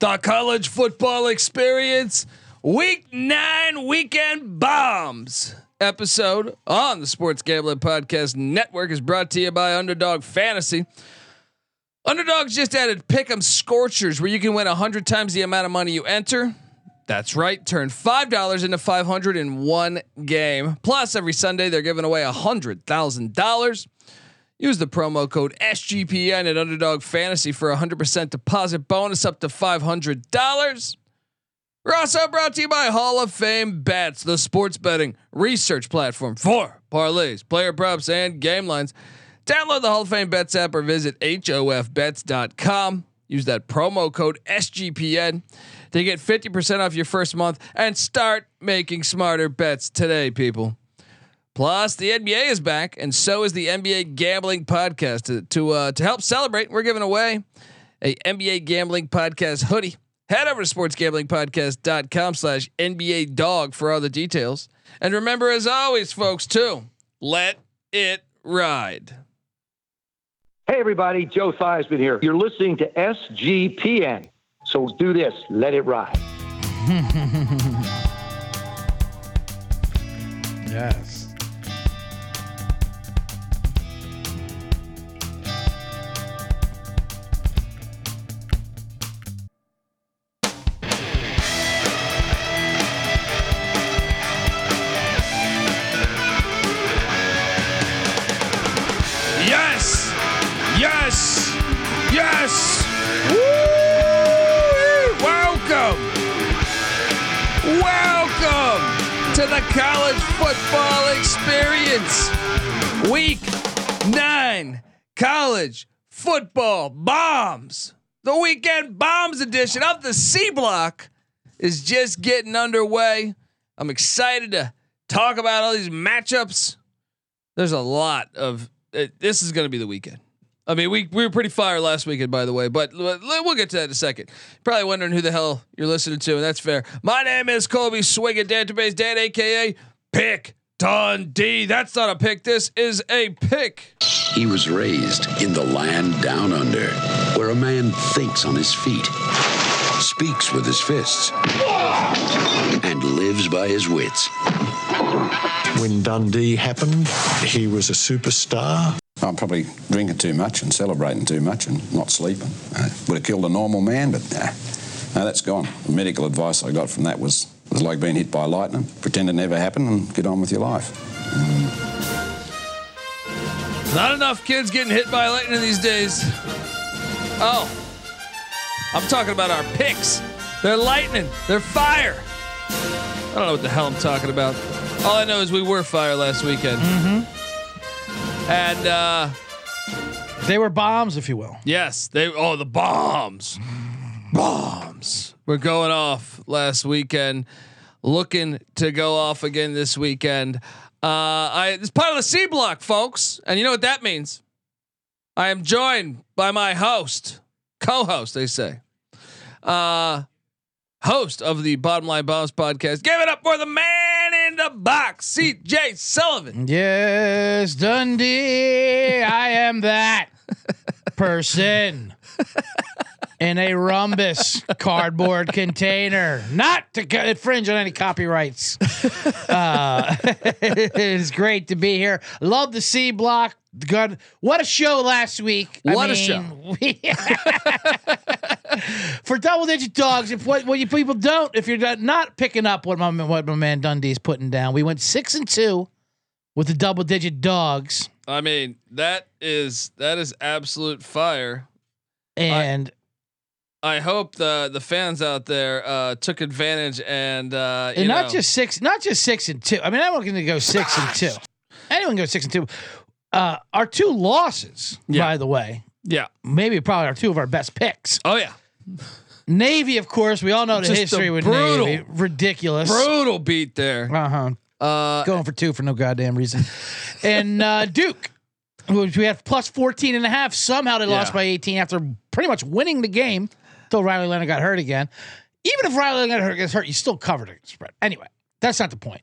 The college football experience, week nine weekend bombs episode on the Sports Gambling Podcast Network is brought to you by Underdog Fantasy. Underdogs just added Pick'em Scorchers, where you can win hundred times the amount of money you enter. That's right. Turn five dollars into five hundred in one game. Plus, every Sunday they're giving away hundred thousand dollars. Use the promo code SGPN at Underdog Fantasy for a hundred percent deposit bonus up to five hundred dollars. We're also brought to you by Hall of Fame Bets, the sports betting research platform for parlays, player props, and game lines. Download the Hall of Fame Bets app or visit HOFBets.com. Use that promo code SGPN to get 50% off your first month and start making smarter bets today, people. Plus, the NBA is back, and so is the NBA Gambling Podcast. To, to, uh, to help celebrate, we're giving away a NBA Gambling Podcast hoodie. Head over to sportsgamblingpodcast.com slash NBA dog for all the details. And remember, as always, folks, too, let it ride. Hey, everybody, Joe Theismann here. You're listening to SGPN. So do this, let it ride. Yes. Yes! Yes! Yes! Woo! Welcome! Welcome to the college football experience. Week nine college football bombs. The weekend bombs edition of the C block is just getting underway. I'm excited to talk about all these matchups there's a lot of it, this is going to be the weekend. I mean, we we were pretty fire last weekend, by the way, but l- l- we'll get to that in a second. Probably wondering who the hell you're listening to, and that's fair. My name is Colby Swinging Database Dad, aka Pick Dundee. That's not a pick. This is a pick. He was raised in the land down under, where a man thinks on his feet, speaks with his fists, and lives by his wits. When Dundee happened, he was a superstar. I'm probably drinking too much and celebrating too much and not sleeping. Uh, would have killed a normal man, but nah, no, that's gone. The medical advice I got from that was was like being hit by lightning. Pretend it never happened and get on with your life. Not enough kids getting hit by lightning these days. Oh, I'm talking about our picks. They're lightning. They're fire. I don't know what the hell I'm talking about. All I know is we were fire last weekend. And uh, They were bombs, if you will. yes, they oh the bombs, bombs. We're going off last weekend. Looking to go off again this weekend. Uh, I it's part of the C block, folks, and you know what that means. I am joined by my host, co-host, they say, uh, host of the Bottom Line Bombs podcast. Give it up for the man in the box, C.J. Sullivan. Yes, Dundee. I am that person in a rhombus cardboard container, not to co- infringe on any copyrights. Uh, it is great to be here. Love the C block. God, what a show last week! What a show. we- for double digit dogs. If what, what you people don't, if you're not- not picking up what my what my man Dundee's putting down, we went six and two with the double digit dogs, I mean, that is that is absolute fire. and I hope the the fans out there uh, took advantage and uh, you and not know, just six, not just six and two. I mean, I'm going to go six and two. Anyone can go six and two? Uh, our two losses, Yeah. by the way, yeah maybe probably are two of our best picks. oh yeah Navy, of course, we all know the Just a history with brutal- Navy. Ridiculous. brutal beat there. Uh huh. Uh, going for two for no goddamn reason. and uh, Duke, which we have plus 14 and a half. Somehow they lost Yeah. by 18 after pretty much winning the game until Riley Leonard got hurt again. Even if Riley Leonard hurt- gets hurt, you still covered the spread. Anyway, that's not the point.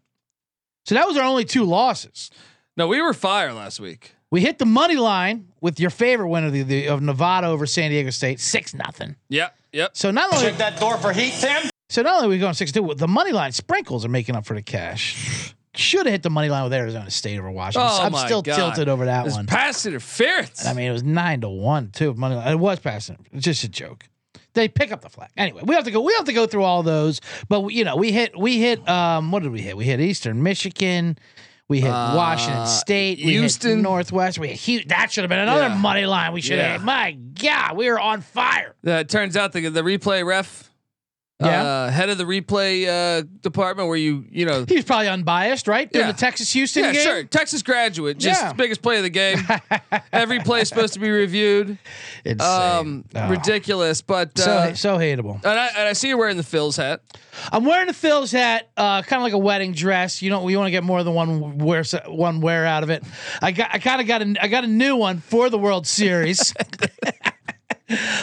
So that was our only two losses. no, we were fire last week. We hit the money line with your favorite winner of, the, the, of Nevada over San Diego State, six nothing. Yeah, Yep. So not only that door for heat, Tim. so not only are we going six two, the money line sprinkles are making up for the cash. Should have hit the money line with Arizona State over Washington. Oh I'm my still God. tilted over that This one. pass interference. I mean, it was nine to one too. Money line. It was passing. It's just a joke. They pick up the flag anyway. We have to go. We have to go through all those. But you know, we hit. We hit. Um, what did we hit? We hit Eastern Michigan. We hit Uh, Washington State. We Houston. hit Northwest. We hit Houston. That should have been another Yeah. money line. We should have. Yeah. hit. My God, we were on fire. Uh, it turns out the the replay ref, Yeah. uh, head of the replay uh, department, where you you know, He was probably unbiased, right? During Yeah. the Texas Houston yeah, game. sure, Texas graduate, just Yeah. biggest play of the game. Every play is supposed to be reviewed. Insane. Um, Oh. ridiculous, but So uh, so hateable. and I and I see you're wearing the Phil's hat. I'm wearing a Phil's hat, uh, kind of like a wedding dress. You know, you want to get more than one wear one wear out of it. I got I kind of got a I got a new one for the World Series.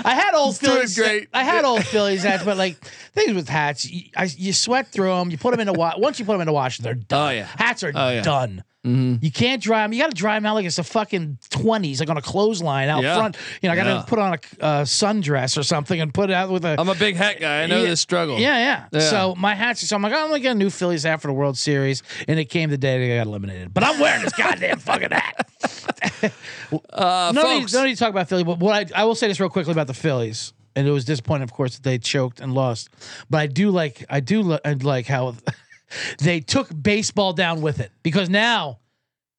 I had old doing Phillies. great. I had old Phillies hats, but like things with hats, you, I, you sweat through them. You put them in a wa- once you put them in a wash, they're done. Oh, yeah. hats are Oh, yeah. done. You can't dry them. You got to dry them out like it's the fucking twenties, like on a clothesline out Yeah. front. You know, I got to Yeah. put on a uh, sundress or something and put it out with a I'm a big hat guy. I know Yeah. this struggle. yeah, yeah, Yeah. So my hats. So I'm like, I'm gonna get a new Phillies hat for the World Series, and it came the day they got eliminated. But I'm wearing this goddamn fucking hat. uh, no, need, folks. no need to talk about Philly. But what I, I will say this real quickly about the Phillies, and it was disappointing, of course, that they choked and lost. But I do like, I do li- I like how they took baseball down with it because now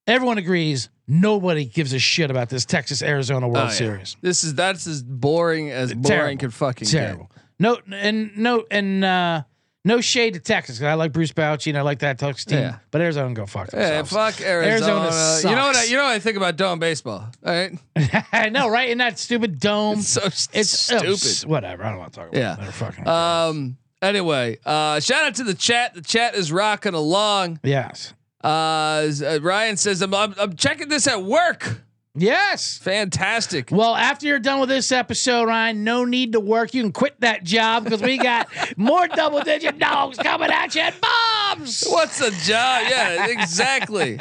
everyone agrees nobody gives a shit about this Texas Arizona Oh, World yeah. Series. This is that's as boring as boring Terrible. could fucking get. terrible. No, and no, and uh, no shade to Texas. 'cause I like Bruce Bouchy and I like that Texas team, Yeah. but Arizona go fuck Yeah, themselves. fuck Arizona. Arizona You know what? I, sucks. you know what I think about dome baseball. All right, I know, right? In that stupid dome. it's so It's stupid. oh, s- whatever. I don't want to talk about. Yeah. it. They're fucking. Um. Anyway, uh, shout out to the chat. The chat is rocking along. yes. Uh, s- uh, Ryan says, I'm, I'm, I'm checking this at work. Yes. Fantastic. Well, after you're done with this episode, Ryan, no need to work. You can quit that job because we got more double digit dogs coming at you and bombs. What's a job? Yeah, exactly.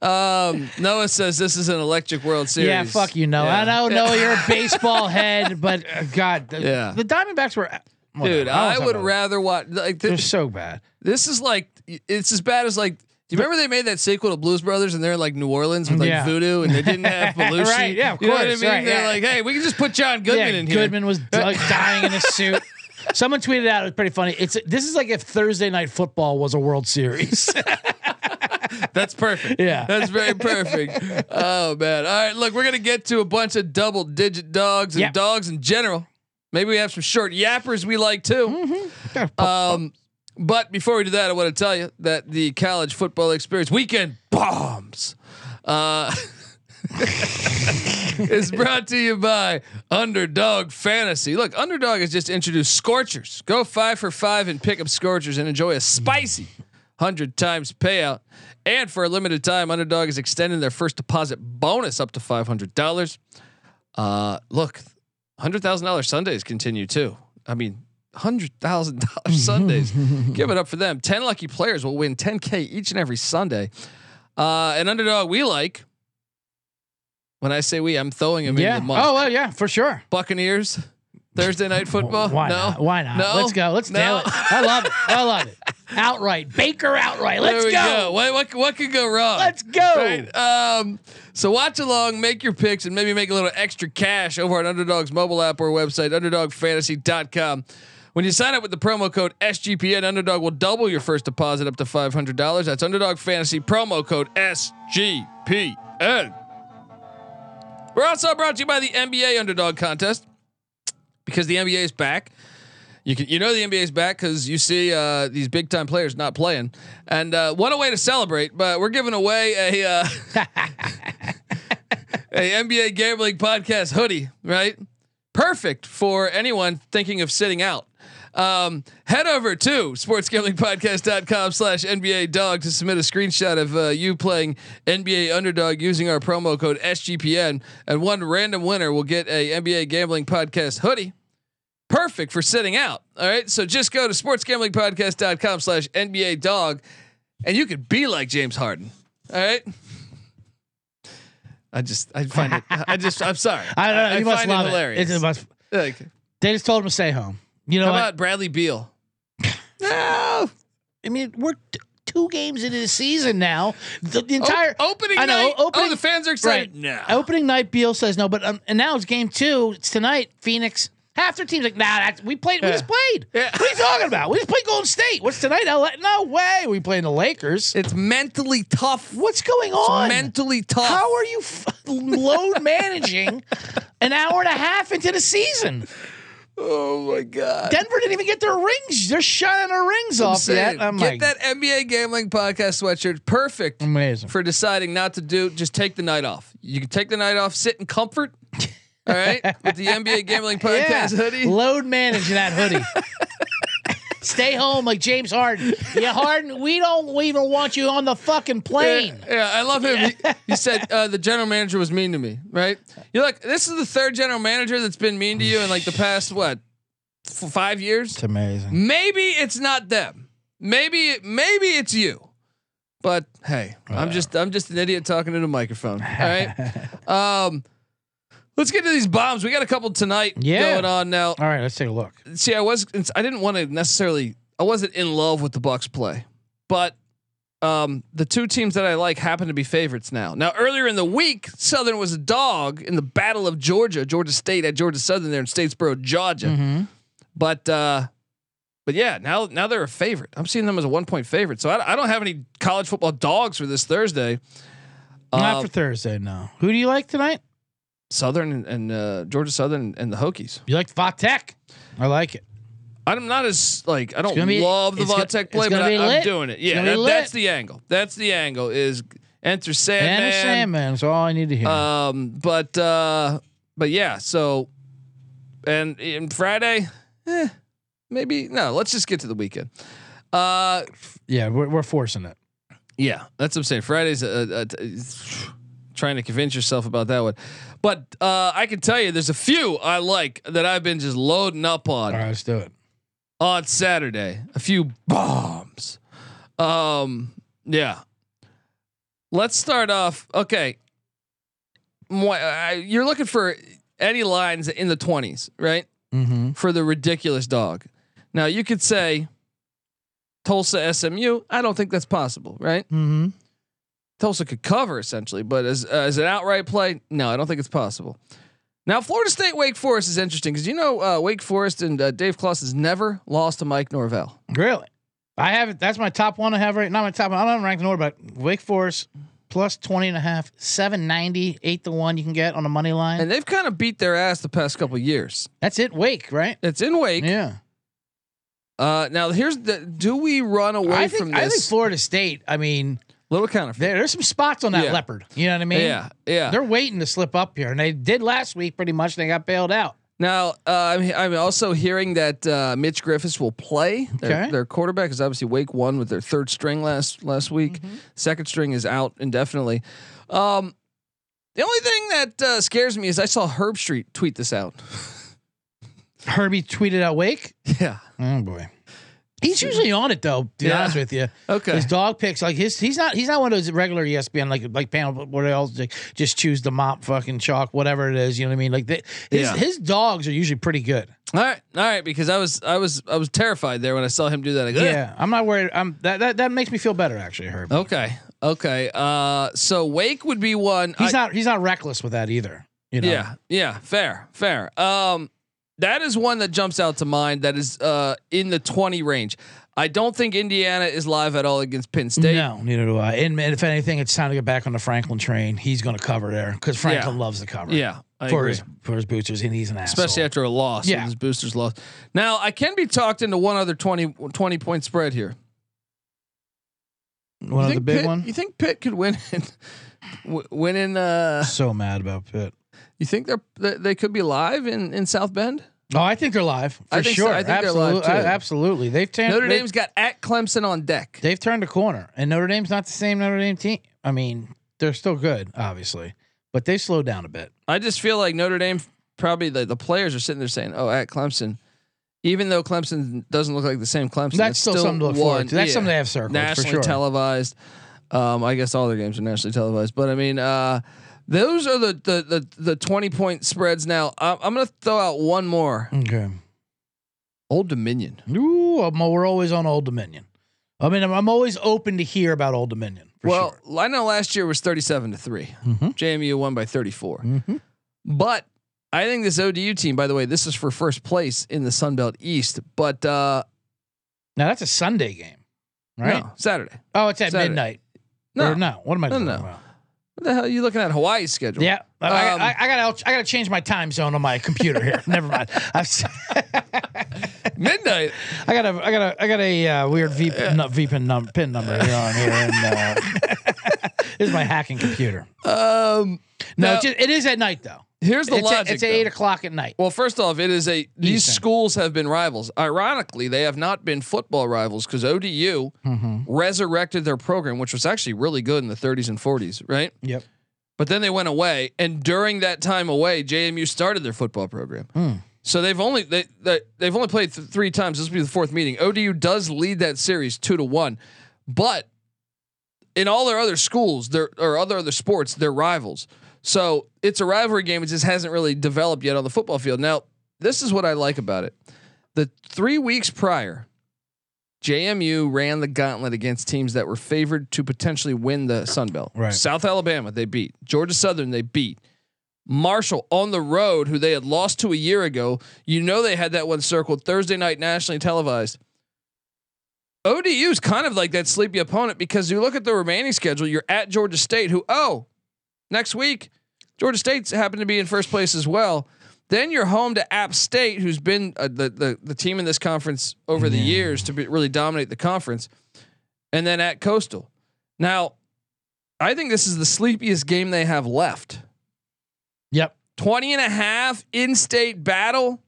Um, Noah says this is an electric World Series. Yeah, fuck you, Noah. I don't know you're a baseball head, but uh, God, the, Yeah. the Diamondbacks were. dude. whatever, don't I wanna talk would about it. rather watch. Like They're this, so bad. this is like it's as bad as like. Do you remember they made that sequel to Blues Brothers and they're in like New Orleans with like Yeah. voodoo and they didn't have Belushi? Right, yeah, of You know what I course, mean? right, they're yeah. like, hey, we can just put John Goodman yeah, in here. Goodman was like dying in a suit. Someone tweeted out it was pretty funny. It's this is like if Thursday night football was a World Series. That's perfect. Yeah. That's very perfect. oh man. All right, look, we're gonna get to a bunch of double digit dogs and Yep. dogs in general. Maybe we have some short yappers we like too. Mm-hmm. Um but before we do that, I want to tell you that the college football experience weekend bombs. Uh is brought to you by Underdog Fantasy. Look, Underdog has just introduced Scorchers. Go five for five and pick up Scorchers and enjoy a spicy 100 times payout. And for a limited time, Underdog is extending their first deposit bonus up to $500. Uh, look, $100,000 Sundays continue too. I mean, $100,000 Sundays. Give it up for them. 10 lucky players will win 10K each and every Sunday. Uh, an underdog we like. When I say we, I'm throwing him yeah. in the mud. Oh well, yeah, for sure. Buccaneers, Thursday night football. Why no. not? Why not? No. Let's go. Let's nail No. it. I love it. I love it. Outright. Baker outright. Let's there we go. go. What, what, what could go wrong? Let's go. Right. Um, so watch along, make your picks, and maybe make a little extra cash over at Underdog's mobile app or website, underdogfantasy.com. When you sign up with the promo code SGPN, Underdog will double your first deposit up to $500. That's Underdog Fantasy, promo code SGPN. We're also brought to you by the NBA Underdog Contest because the NBA is back. You can you know the NBA's back because you see uh, these big time players not playing, and uh, what a way to celebrate! But we're giving away a uh, a NBA gambling podcast hoodie, right? Perfect for anyone thinking of sitting out. Um, head over to sportsgamblingpodcast.com slash NBA dog to submit a screenshot of uh, you playing NBA underdog using our promo code SGPN. And one random winner will get a NBA gambling podcast hoodie perfect for sitting out. All right. So just go to sportsgamblingpodcast.com slash NBA dog and you could be like James Harden. All right. I just, I find it, I just, I'm sorry. I don't know. I you must find it love it. hilarious. It's- it must- Like, They just told him to stay home. You know How what? about Bradley Beal? No. I mean, we're t- two games into the season now. The, the entire O- opening I know, night. Opening, oh, the fans are right. excited. No. Opening night, Beal says no, but um, and now it's game two. It's tonight. Phoenix. Half their team's like, nah, that's, we played. We Yeah. just played. Yeah. What are you talking about? We just played Golden State. What's tonight? LA? No way. We playing the Lakers. It's mentally tough. What's going It's on? mentally tough. How are you f- load managing an hour and a half into the season? oh my god. Denver didn't even get their rings. They're shining their rings I'm off saying, yet. I'm get like, that NBA gambling podcast sweatshirt. Perfect amazing. for deciding not to do. Just take the night off. You can take the night off, sit in comfort. All right, with the NBA gambling podcast hoodie. Load manage that hoodie. Stay home like James Harden. Yeah, Harden, we don't even want you on the fucking plane. Yeah, yeah, I love him. He, he said uh, the general manager was mean to me. Right? You're like, this is the third general manager that's been mean to you in like the past what f- five years. It's amazing. Maybe it's not them. Maybe maybe it's you. But hey, Uh. I'm just I'm just an idiot talking to the microphone. All right. Um, let's get to these bombs. We got a couple tonight Yeah. going on now. All right, let's take a look. See, I was I didn't want to necessarily I wasn't in love with the Bucks play, but um, the two teams that I like happen to be favorites now. Now earlier in the week, Southern was a dog in the Battle of Georgia, Georgia State at Georgia Southern there in Statesboro, Georgia. But uh, but yeah, now now they're a favorite. I'm seeing them as a one point favorite. So I, I don't have any college football dogs for this Thursday. Not Uh, for Thursday, no. Who do you like tonight? Southern and, and uh, Georgia Southern and the Hokies. You like Va Tech. I like it. I'm not as like I don't gonna be- love the it's gonna- Vautech it's play, but gonna I, be I'm lit. doing it. It's Yeah, gonna be that- lit. that's the angle. That's the angle is enter And the Sandman. Sandman is all I need to hear. Um, but uh, but yeah, so and, and Friday, eh, maybe no. Let's just get to the weekend. Uh, yeah, we're, we're forcing it. yeah, that's what I'm saying. Friday's uh, uh, trying to convince yourself about that one, but uh, I can tell you, there's a few I like that I've been just loading up on. All right, let's do it. on Saturday. A few bombs. Um, yeah. Let's start off. Okay. Moi- I- You're looking for any lines in the 20s, right? Mm-hmm. For the ridiculous dog. Now, you could say Tulsa SMU. I don't think that's possible, right? Mm-hmm. Tulsa could cover essentially, but as as an outright play, no, I don't think it's possible. Now, Florida State Wake Forest is interesting because you know uh, Wake Forest and uh, Dave Kloss has never lost to Mike Norvell. Really? I have it. That's my top one I have right now. My top one. I don't have ranked in order, but Wake Forest plus 20 and a half, 790, 8 to 1 you can get on the money line. and they've kind of beat their ass the past couple years. that's it. Wake, right? It's in Wake. Yeah. Uh, now here's the: Do we run away I from think, this I think Florida State, I mean, little counterfeit? there, there's some spots on that Yeah. leopard. You know what I mean? yeah, yeah. They're waiting to slip up here, and they did last week pretty much. They got bailed out. Now uh, I'm he- I'm also hearing that uh, Mitch Griffiths will play. Their, Okay. their quarterback is obviously Wake one with their third string last last week. Mm-hmm. Second string is out indefinitely. Um, the only thing that uh, scares me is I saw Herb Street tweet this out. Herbie tweeted out Wake. Yeah. Oh, boy. He's usually on it though. To be Yeah. honest with you, Okay. His dog picks like his. He's not. He's not one of those regular E ESPN like like panel. What else? Like, just choose the mop, fucking chalk, whatever it is. You know what I mean? Like they, his Yeah. his dogs are usually pretty good. All right. All right. Because I was I was I was terrified there when I saw him do that. Like, "Ugh." Yeah, I'm not worried. I'm that that, that makes me feel better actually. Herb. Okay. Okay. Uh, so Wake would be one. He's I- not he's not reckless with that either. You know. Yeah, yeah, fair, fair. Um, that is one that jumps out to mind. That is uh in the twenty range. I don't think Indiana is live at all against Penn State. no, neither do I. And, and if anything, it's time to get back on the Franklin train. He's going to cover there because Franklin Yeah. loves the cover. Yeah, I for agree. his for his boosters, and he's an asshole. especially after a loss. Yeah. Yeah, his boosters lost. Now I can be talked into one other 20, 20 point spread here. one of the big Pitt, one. You think Pitt could win? In, w- win in? Uh, So mad about Pitt. you think they're they, they could be live in in South Bend? Oh, I think they're live for I think so. sure. I think they're live, Absolute- I- too. absolutely, they've turned Notre they've- Dame's got at Clemson on deck. They've turned a corner, and Notre Dame's not the same Notre Dame team. I mean, they're still good, obviously, but they slowed down a bit. I just feel like Notre Dame probably the, the players are sitting there saying, "Oh, at Clemson." Even though Clemson doesn't look like the same Clemson, That's it's still something to look forward one- to. That's yeah. something they have circled for nationally sure. televised. Um, I guess all their games are nationally televised, but I mean, uh, Those are the the the, the twenty point spreads. Now I, I'm gonna throw out one more. Okay. Old Dominion. Ooh, I'm, we're always on Old Dominion. I mean, I'm, I'm always open to hear about Old Dominion. For well, I know last year was thirty seven to 3 sure. Mhm. JMU won by thirty four. Mhm. But I think this ODU team, by the way, this is for first place in the Sun Belt East. But uh, now that's a Sunday game, right? no, Saturday. Oh, it's at Saturday. midnight. No, Or no. What am I No, talking no. about? what the hell are you looking at Hawaii's schedule? Yeah, I- I, Um, I, I gotta I gotta change my time zone on my computer here. Never mind. I've, s- midnight. I got a I got a I got a uh, weird VPN, no, VPN num, pin number here on here. And, uh, this is my hacking computer. Um, No, Now- it's just, it is at night though. here's the It's, logic. at, it's at though. eight o'clock at night. Well, first off, it is a these Eastern. schools have been rivals. Ironically, they have not been football rivals because ODU Mm-hmm. resurrected their program, which was actually really good in the 30s and 40s, right? Yep. But then they went away, and during that time away, JMU started their football program. Hmm. So they've only they, they they've only played th- three times. This will be the fourth meeting. ODU does lead that series two to one, but in all their other schools, their or other other sports, they're rivals. So it's a rivalry game. It just hasn't really developed yet on the football field. Now, this is what I like about it. The three weeks prior, JMU ran the gauntlet against teams that were favored to potentially win the Sun Belt. Right. South Alabama, they beat. Georgia Southern, they beat. Marshall on the road, who they had lost to a year ago. You know they had that one circled Thursday night nationally televised. ODU is kind of like that sleepy opponent because you look at the remaining schedule. You're at Georgia State, who oh, next week Georgia State's happened to be in first place as well. Then you're home to App State, who's been uh, the, the the team in this conference over the Yeah. years to be, really dominate the conference, and then at Coastal. Now, I think this is the sleepiest game they have left. Yep. 20 and a half in-state battle.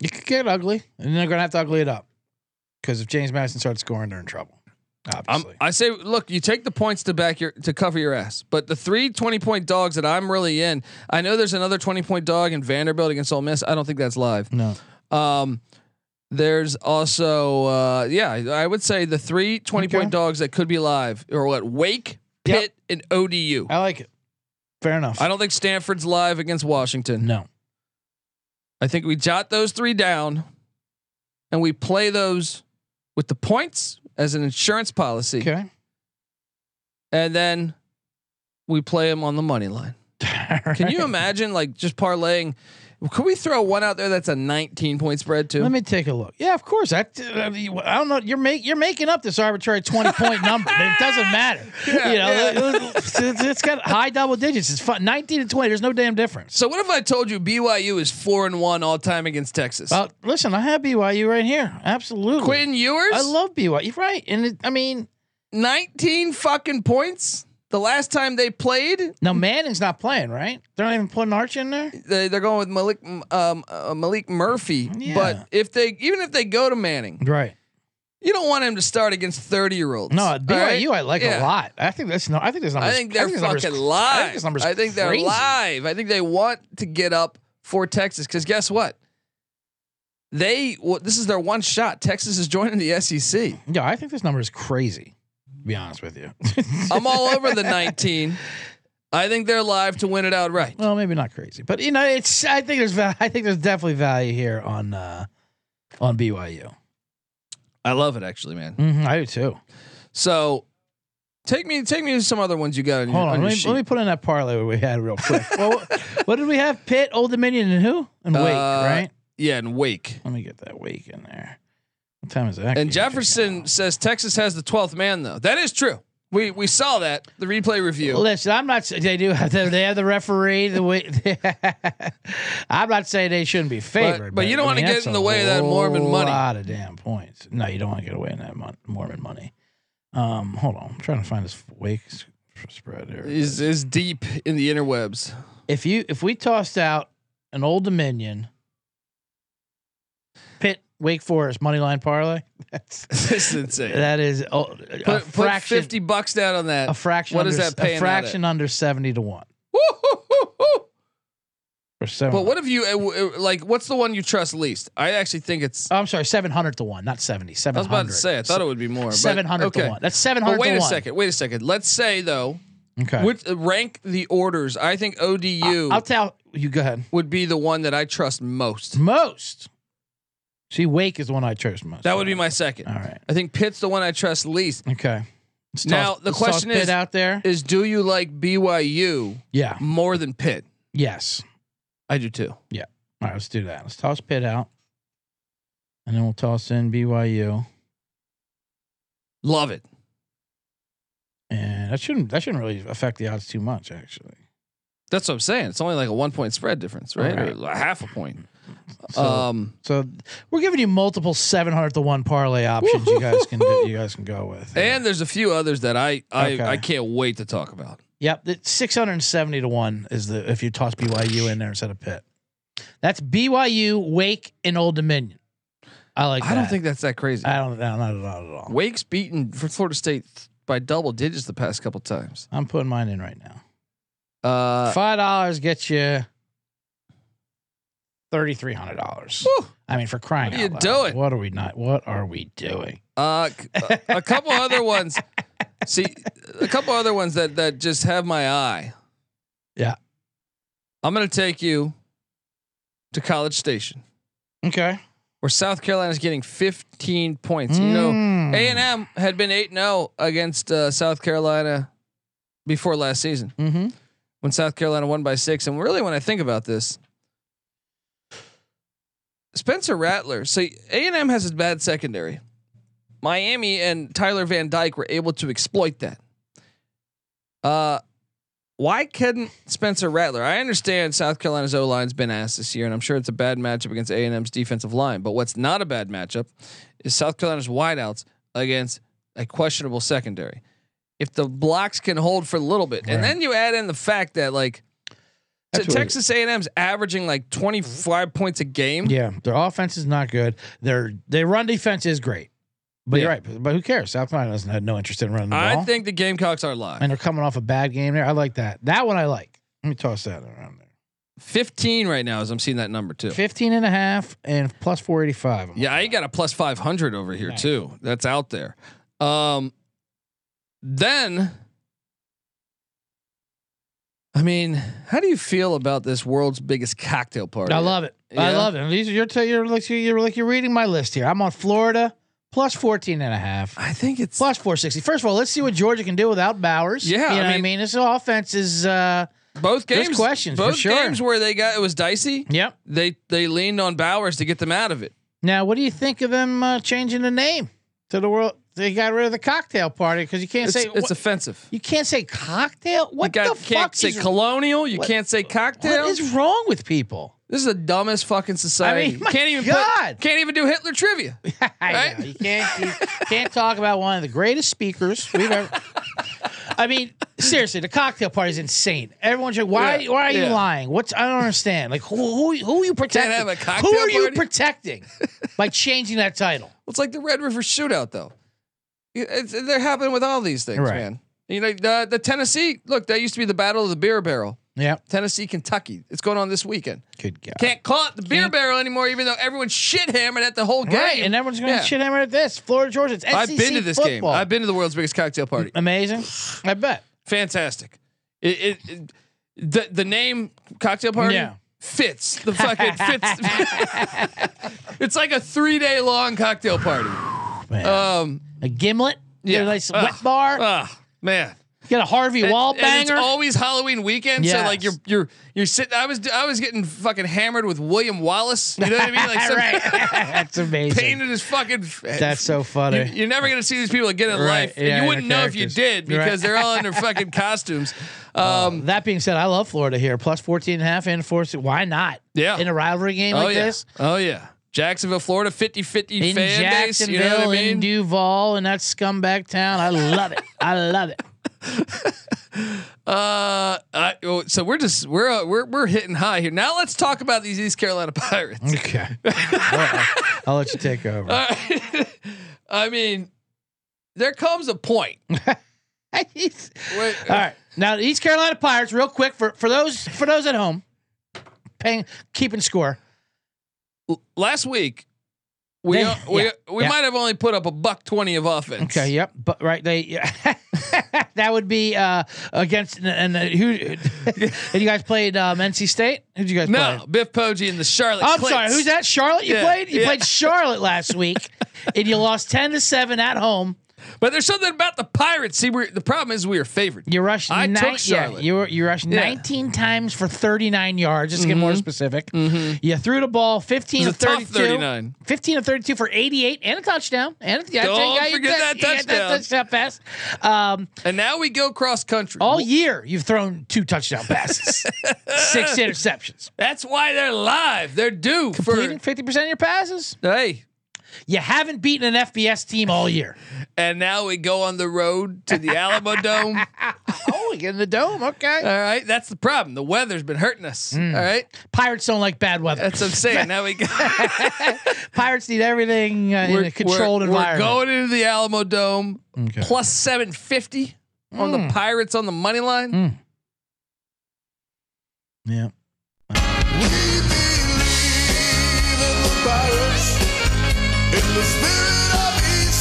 You could get ugly, and they're gonna have to ugly it up. Because if James Madison starts scoring, they're in trouble. I'm, Obviously. I say, look, you take the points to back your to cover your ass, but the three 20 point dogs that I'm really in, I know there's another 20 point dog in Vanderbilt against Ole Miss. I don't think that's live. no. Um, there's also, uh, yeah, I I would say the three 20 Okay. point dogs that could be live are what Wake, Yep. Pitt, and ODU. I like it. Fair enough. I don't think Stanford's live against Washington. No. I think we jot those three down, and we play those with the points as an insurance policy. Okay. and then we play him on the money line. Can you imagine like just parlaying? Could we throw one out there that's a 19 point spread too? Let me take a look. Yeah, of course. I, uh, I mean, I don't know. You're make you're making up this arbitrary twenty point number. but it doesn't matter. you know, it's- it's got high double digits. It's fun. Nineteen to twenty. There's no damn difference. so what if I told you BYU is four and one all time against Texas? Well, listen, I have BYU right here. Absolutely. Quinn Ewers, I love BYU. Right, and it, I mean, 19 fucking points. The last time they played, no Manning's not playing. Right? They're not even putting Arch in there. they, they're going with Malik um, uh, Malik Murphy. Yeah. But if they even if they go to Manning, Right. you don't want him to start against 30 year olds. No, BYU I like Yeah. a lot. I think that's no. I think there's I numbers. think they're this number's- fucking I live. think, this number's I think they're crazy. live. I think they want to get up for Texas because guess what? They well, this is their one shot. Texas is joining the E SEC. Yeah, I think this number is crazy. To be honest with you. I'm all over the 19. I think they're live to win it outright. Well, maybe not crazy, but you know, it's. I think there's. val- I think there's definitely value here on uh, on BYU. I love it actually, man. Mm-hmm, I do too. So take me take me to some other ones you got on your, Hold on on, your let me, sheet. let me put in that parlay we had real quick. well, what- what did we have? Pitt, Old Dominion, and who? And Wake, Uh, right? yeah, and Wake. Let me get that Wake in there. What time is that? game And kicking Jefferson off? says Texas has the 12th man though. That is true. We we saw that the replay review. Listen, I'm not. s- They do have. The, they have the referee. The way. I'm not saying they shouldn't be favored, but you don't I wanna mean, get that's in a the way of that Mormon money. whole lot of damn points. No, you don't want to get away in that mon- Mormon money. Um, hold on, I'm trying to find this wake s- spread here. is is deep in the interwebs. If you if we tossed out an Old Dominion, Pitt, Wake Forest money line parlay, that's this is insane. that is oh, a put, put fraction. fifty bucks down on a that. fraction. What under, is s- that paying out A at? fraction under seventy to one. Woo-hoo-hoo-hoo. Or seven. But what if you uh, w- uh, like? What's the one you trust least? I actually think it's. Oh, I'm sorry, 700 to 1, not 70. I 700. was about to say. I thought it would be more. but- 700 okay. to 1. That's 700 But wait to a 1. second. Wait a second. Let's say though Okay. Which rank the orders? I think ODU I'll tell you. Go ahead. would be the one that I trust most. Most. See, Wake is the one I chose most. That would be my second. All right. I think Pitt's the one I trust least. Okay. Let's Now, the let's toss question Pitt is- out there. Is do you like BYU yeah. more than Pitt? Yes. I do too. All right. Let's do that. Let's toss Pitt out, and then we'll toss in BYU. Love it. And that shouldn't that shouldn't really affect the odds too much, actually. That's what I'm saying. It's only like a one point spread difference, right? Right. Or a half a point. So, um, so we're giving you multiple seven hundred to one parlay options. You guys can do, you guys can go with. and there's a few others that I I, Okay. I can't wait to talk about. Yep, it's 670 to 1 is the if you toss BYU in there instead of Pitt. That's BYU, Wake, and Old Dominion. I like I don't that. Uh, think that's that crazy. I don't no, not at all at all. Wake's beaten for Florida State th- by double digits the past couple times. I'm putting mine in right now. Uh, Five dollars gets you thirty three hundred dollars. whew. I mean, for crying What are you out loud. doing? What are we not? What are we doing? Uh, c- a- a couple other ones. See, a couple other ones that that just have my eye. Yeah. I'm gonna take you to College Station, Okay. where South Carolina's getting 15 points. You know, Mm. A and M had been eight 0 against uh, South Carolina before last season Mhm. when South Carolina won by six. And really, when I think about this, Spencer Rattler. So A and M has a bad secondary. Miami and Tyler Van Dyke were able to exploit that. Uh, why couldn't Spencer Rattler? I understand South Carolina's O line's been ass this year, and I'm sure it's a bad matchup against A and M's defensive line. But what's not a bad matchup is South Carolina's wideouts against a questionable secondary. If the blocks can hold for a little bit, and Right. then you add in the fact that like That's what- Texas A and M's averaging like 25 points a game. Yeah, their offense is not good. Their their run defense is great, but you're Yeah. right. But, but who cares? South Carolina doesn't have no interest in running the I ball. think the Gamecocks are live. and they're coming off a bad game there. I like that. That one I like. Let me toss that around there. 15 right now as I'm seeing that number too. 15 and a half and plus 485. I'm Yeah, I got a plus 500 over here too. That's out there. Um, then, I mean, how do you feel about this world's biggest cocktail party? I love it. I Yeah. love it. And These are your t- you're like you're like you're reading my list here. I'm on Florida plus 14 and a half. I think it's Plus 460. First of all, let's see what Georgia can do without Bowers. Yeah, You know I what I mean- mean, this offense is uh both there's games. questions, for both sure. games where they got it was dicey. yep. They they leaned on Bowers to get them out of it. Now, what do you think of them uh, changing the name to the world? They got rid of the cocktail party because you can't It's, say it's what- offensive. you can't say cocktail. What you the got, can't fuck say is, colonial. You what- can't say cocktail. what is wrong with people? this is the dumbest fucking society. mean, my can't even put- God. can't even do Hitler trivia. I Right? know. You can't you can't talk about one of the greatest speakers we've ever. I mean, seriously, the cocktail party is insane. Everyone's like, why Yeah, why are you yeah. lying? What's I don't understand. Like who who, who are you protecting? have a who cocktail are you party? protecting by changing that title? It's like the Red River Shootout, though. You- It's, they're happening with all these things, Right. man. You know, the, the Tennessee. Look, that used to be the Battle of the Beer Barrel, Yeah. Tennessee, Kentucky. It's going on this weekend. Good God. Can't call it the Beer Can't- Barrel anymore, even though everyone shit hammered at the whole game. Right, and everyone's going to Yeah. shit hammer at this Florida Georgia. It's SEC I've been to this game. football. I've been to the world's biggest cocktail party. Amazing. I bet. Fantastic. It, it, it- the the name cocktail party Yeah. fits the fucking fits. it's like a three day long cocktail party. Man. Um, a gimlet. Yeah. yeah. a nice Ugh. wet bar. ah, man. get a Harvey wall And it's banger. always Halloween weekend, so like you're Yes. you're you're sitting. I was I was getting fucking hammered with William Wallace. You know what I mean? Like some right. That's amazing. painted his fucking. That's so funny. You, you're never gonna see these people again in Right, life, yeah, and they're you wouldn't know if you characters. did because Right. they're all in their fucking costumes. Um, that being said, I love Florida here. Plus 14 and a half and four. Why not? Yeah. In a rivalry game oh like yeah, this. oh yeah. Jacksonville, Florida, 50-50 In fan base. You Jacksonville, know what I mean? in Duval, in that scumbag town. I love it. I love it. uh, I, oh, so we're just we're uh, we're we're hitting high here. Now let's talk about these East Carolina Pirates. Okay. I'll let you take over. I mean, there comes a point. Wait, All right. Now the East Carolina Pirates, real quick for, for those for those at home, paying keeping score. last week we They- we yeah, we yeah. might have only put up a buck twenty of offense. Okay, yep. But right, they yeah. that would be uh, against and, and uh, who? and you guys played um, NC State? Who'd you guys play? No, Biff Poggi and the Charlotte. I'm Clicks. sorry. Who's that? Charlotte. You Yeah, played. You yeah. played Charlotte last week, and you lost ten to seven at home. But there's something about the Pirates. See, we're, the problem is we were favored. You rushed. I nine, took Charlotte. Yeah, you were, you rushed Yeah. Mm-hmm. 19 times for 39 yards. Just to get more specific, you threw the ball 15 It to was a tough 32. 39. 15 to 32 for 88 and a touchdown. And yeah, Don't yeah, you forget got- that you got touchdown. touchdown pass. Um, and now we go cross country. all year you've thrown two touchdown passes, six interceptions, That's why they're live. They're due completing 50 percent of your passes. for hey. You haven't beaten an FBS team all year. And now we go on the road to the Alamo Dome. oh, in the dome. Okay. All right, that's the problem. The weather's been hurting us. Hmm. All right, Pirates don't like bad weather. that's what I'm saying. Now we go. Pirates need everything uh, in a controlled we're environment. going into the Alamo Dome plus 750 on Hmm. the Pirates on the money line. yeah.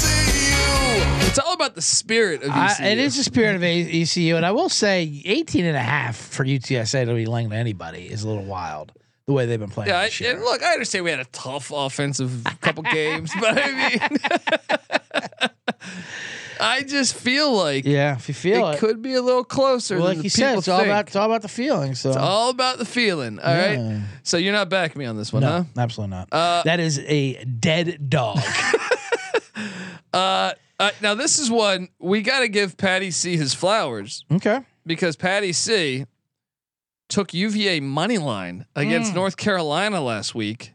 It's all about the spirit of I, ECU. it is the spirit of A- ECU, and I will say 18 and a half for UTSA to be laying to anybody is a little wild. The way they've been playing Yeah, I, this year. and look, I understand we had a tough offensive couple games, but I mean, I just feel like yeah, if you feel it it, could be a little closer. well, than like the you said, people it's all think. about it's all about the feeling. So, It's all about the feeling. All right. Yeah. So you're not backing me on this one, no, huh? absolutely not. Uh, that is a dead dog. Uh, uh, now this is one we got to give Patty C his flowers okay, because Patty C took UVA money line Mm. against North Carolina last week.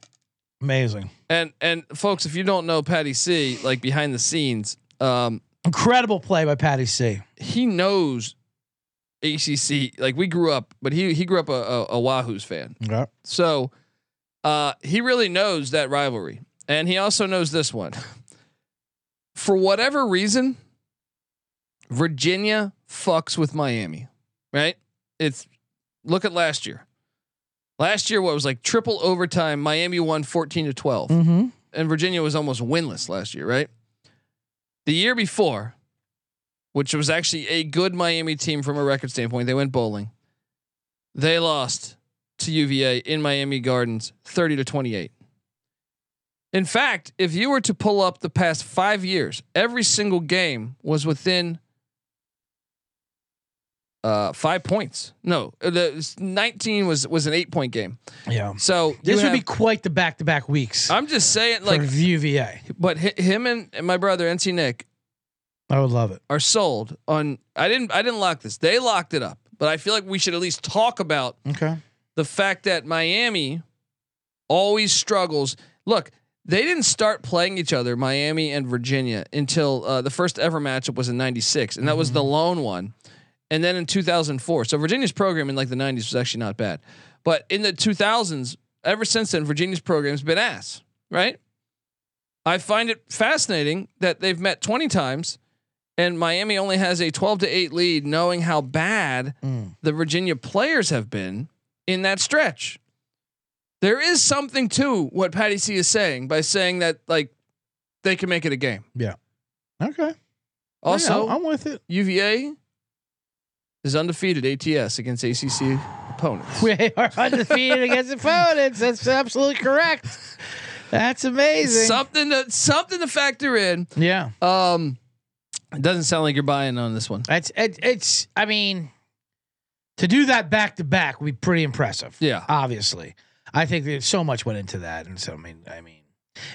amazing, And and folks, if you don't know Patty C, like behind the scenes, um, incredible play by Patty C. he knows ACC. Like we grew up, but he he grew up a, a, a Wahoos fan. Okay. So uh, he really knows that rivalry. And he also knows this one. For whatever reason, Virginia fucks with Miami, right? It's look at last year. Last year, what was like triple overtime, Miami won 14 to 12 Mm-hmm. and Virginia was almost winless last year, right? The year before, which was actually a good Miami team from a record standpoint, they went bowling. They lost to UVA in Miami Gardens 30 to 28. In fact, if you were to pull up the past 5 years, every single game was within uh, 5 points. No, the 19 was was an 8 point game. Yeah, So, you this would have- be quite the back-to-back weeks I'm just saying like, like for UVA. but hi- him and, and my brother NC Nick I would love it. are sold on. I didn't. I didn't lock this. They locked it up. But I feel like we should at least talk about Okay, the fact that Miami always struggles. Look, they didn't start playing each other, Miami and Virginia, until uh, the first ever matchup was in '96, and that was the lone one. And then in 2004, so Virginia's program in like the '90s was actually not bad, but in the 2000s, ever since then, Virginia's program's been ass, right? I find it fascinating that they've met 20 times, and Miami only has a 12 to 8 lead, knowing how bad the Virginia players have been in that stretch. There is something to what Patty C is saying by saying that like they can make it a game. okay. Also, Yeah, I'm with it. UVA is undefeated ATS against ACC opponents. We are undefeated against opponents. That's absolutely correct. That's amazing. Something to something to factor in. yeah, Um, it doesn't sound like you're buying on this one. it's it, it's. I mean, to do that back to back would be pretty impressive. Yeah. obviously. I think that so much went into that, and so I mean, I mean,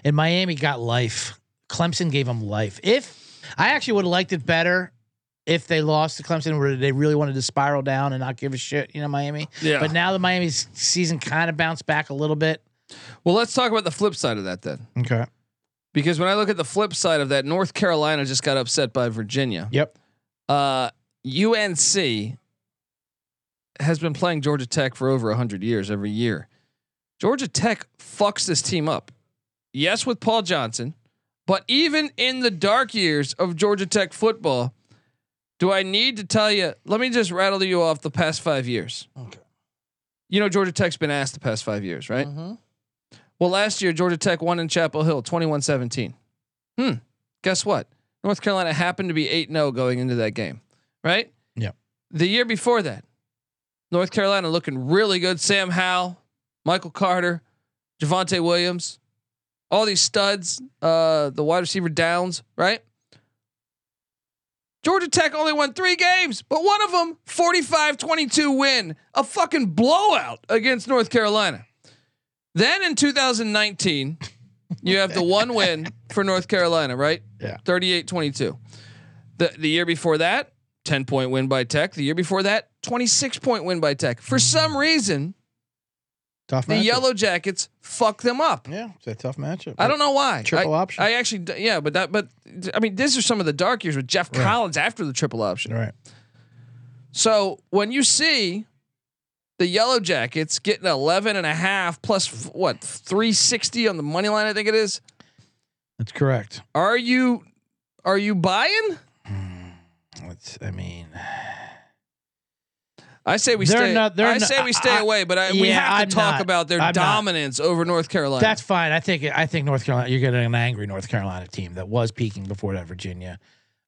and Miami got life. Clemson gave them life. If I actually would have liked it better. If they lost to Clemson, where they really wanted to spiral down and not give a shit, you know, Miami. Yeah. But now the Miami s- season kind of bounced back a little bit. Well, let's talk about the flip side of that then, Okay. because when I look at the flip side of that, North Carolina just got upset by Virginia. Yep. Uh, UNC has been playing Georgia Tech for over 100 years every year. Georgia Tech fucks this team up. Yes, with Paul Johnson, but even in the dark years of Georgia Tech football, do I need to tell you? Let me just rattle you off the past five years. Okay. You know, Georgia Tech's been asked the past five years, right? Well, last year, Georgia Tech won in Chapel Hill 21 17. Hmm. Guess what? North Carolina happened to be 8 0 going into that game. right? Yeah. The year before that, North Carolina looking really good. Sam Howell, Michael Carter, Javante Williams, all these studs, uh, the wide receiver downs, right? Georgia Tech only won three games, but one of them 45 22 win, a fucking blowout against North Carolina. Then in 2019, you have the one win for North Carolina, right? Yeah. 38 22. The, the year before that, 10 point win by Tech. The year before that, 26 point win by Tech. For some reason, Tough the matchup. Yellow Jackets fuck them up. Yeah, it's a tough matchup. I don't know why. Triple I, option. I actually, d- yeah, but that, but I mean, these are some of the dark years with Jeff Right. Collins after the triple option. Right. So when you see the Yellow Jackets getting 11 and a half plus f- what 360 on the money line, I think it is. That's correct. Are you are you buying? It's, I mean, uh, I say we They're stay. not- they're I not- say we stay I- away, but I, we yeah, have to I'm talk not. about their I'm not. dominance over North Carolina. that's fine. I think I think North Carolina. You're getting an angry North Carolina team that was peaking before that Virginia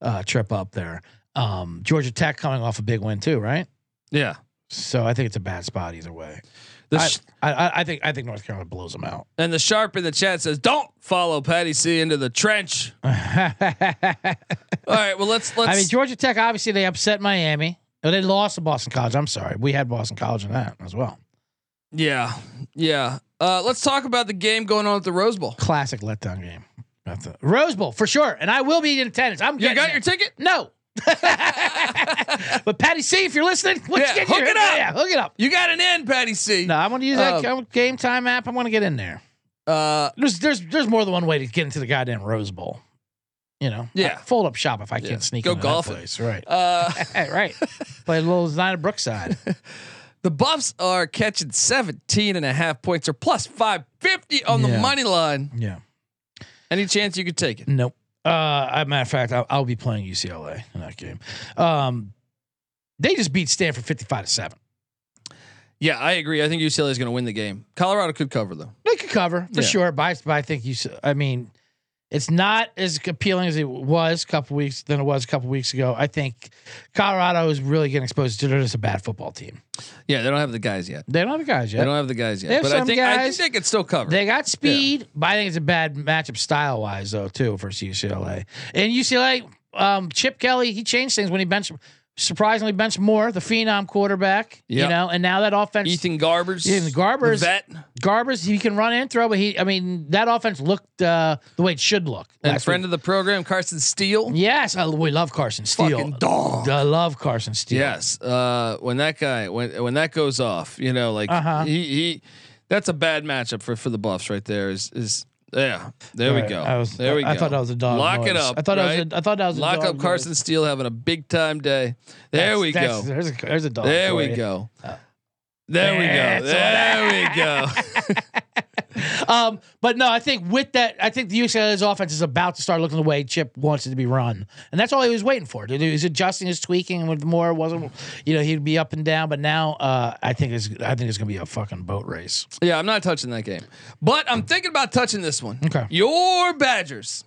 uh, trip up there. Um, Georgia Tech coming off a big win too, right? yeah. So I think it's a bad spot either way. The I, sh- I, I- I think I think North Carolina blows them out. and the sharp in the chat says, "Don't follow Patty C into the trench." All right, well let's let's. I mean, Georgia Tech obviously they upset Miami. Oh, they lost to Boston College. I'm sorry, we had Boston College in that as well. yeah, yeah. Uh, let's talk about the game going on at the Rose Bowl. Classic letdown game. Not the- Rose Bowl for sure, and I will be in attendance. I'm. You getting got there. your ticket? No. but Patty C, if you're listening, what Yeah, you get hook your- it up. Yeah, hook it up. You got an in, Patty C. No, I want to use that Um, g- game time app. I want to get in there. Uh, There's there's there's more than one way to get into the goddamn Rose Bowl. You know, Yeah. I fold up shop if I Yeah. can't sneak Go into that golfing. place. Right, uh, right. Play a little nine at Brookside. the Buffs are catching 17 and a half points or plus 550 on the Yeah. money line. Yeah. Any chance you could take it? Nope. Uh, as a matter of fact, I'll, I'll be playing UCLA in that game. Um, they just beat Stanford fifty-five to seven. Yeah, I agree. I think UCLA is going to win the game. Colorado could cover though. They could cover for Yeah. sure, but I, but I think you. s- I mean, it's not as appealing as it was a couple weeks than it was a couple weeks ago. I think Colorado is really getting exposed to they're just a bad football team. Yeah, they don't have the guys yet. They don't have guys They yet. don't have the guys yet. They have but I some think I think guys. they could still cover. They got speed, but I think it's a bad matchup style wise though too versus UCLA. And UCLA, um, Chip Kelly, he changed things when he benched surprisingly benched Moore, the phenom quarterback. Yeah. You know, and now that offense, Ethan Garbers. Ethan Garbers. the vet. Garbers, he can run and throw, but he, I mean, that offense looked uh, the way it should look. And last friend week. of the program, Carson Steele. yes, I, we love Carson Steele. Fucking dog. I love Carson Steele. Yes. Uh, when that guy when when that goes off, you know, like Uh-huh. he he that's a bad matchup for for the Buffs right there. Is is yeah. There we Right, go. I was, there we I, go. thought that was a dog. Lock it noise. up. I thought right? that was. A, I thought that was. A Lock dog up Carson noise. Steele having a big time day. There That's- we that's- go. There's a, there's a dog. There for we you. go. There we That's go. all There we go. Um, but no, I think with that, I think the UCLA's offense is about to start looking the way Chip wants it to be run, and that's all he was waiting for. He was adjusting, his tweaking, and with more wasn't, you know, he'd be up and down. But now, uh, I think it's, I think it's gonna be a fucking boat race. Yeah, I'm not touching that game. But I'm thinking about touching this one. Okay. Your Badgers.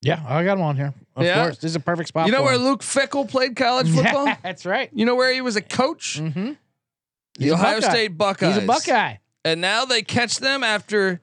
Yeah, I got him on here. Of Yeah. course, this is a perfect spot. You know for where him. Luke Fickle played college football? Yeah, that's right. You know where he was a coach? Mm-hmm. The Ohio State Buckeyes. He's a Buckeye. And now they catch them after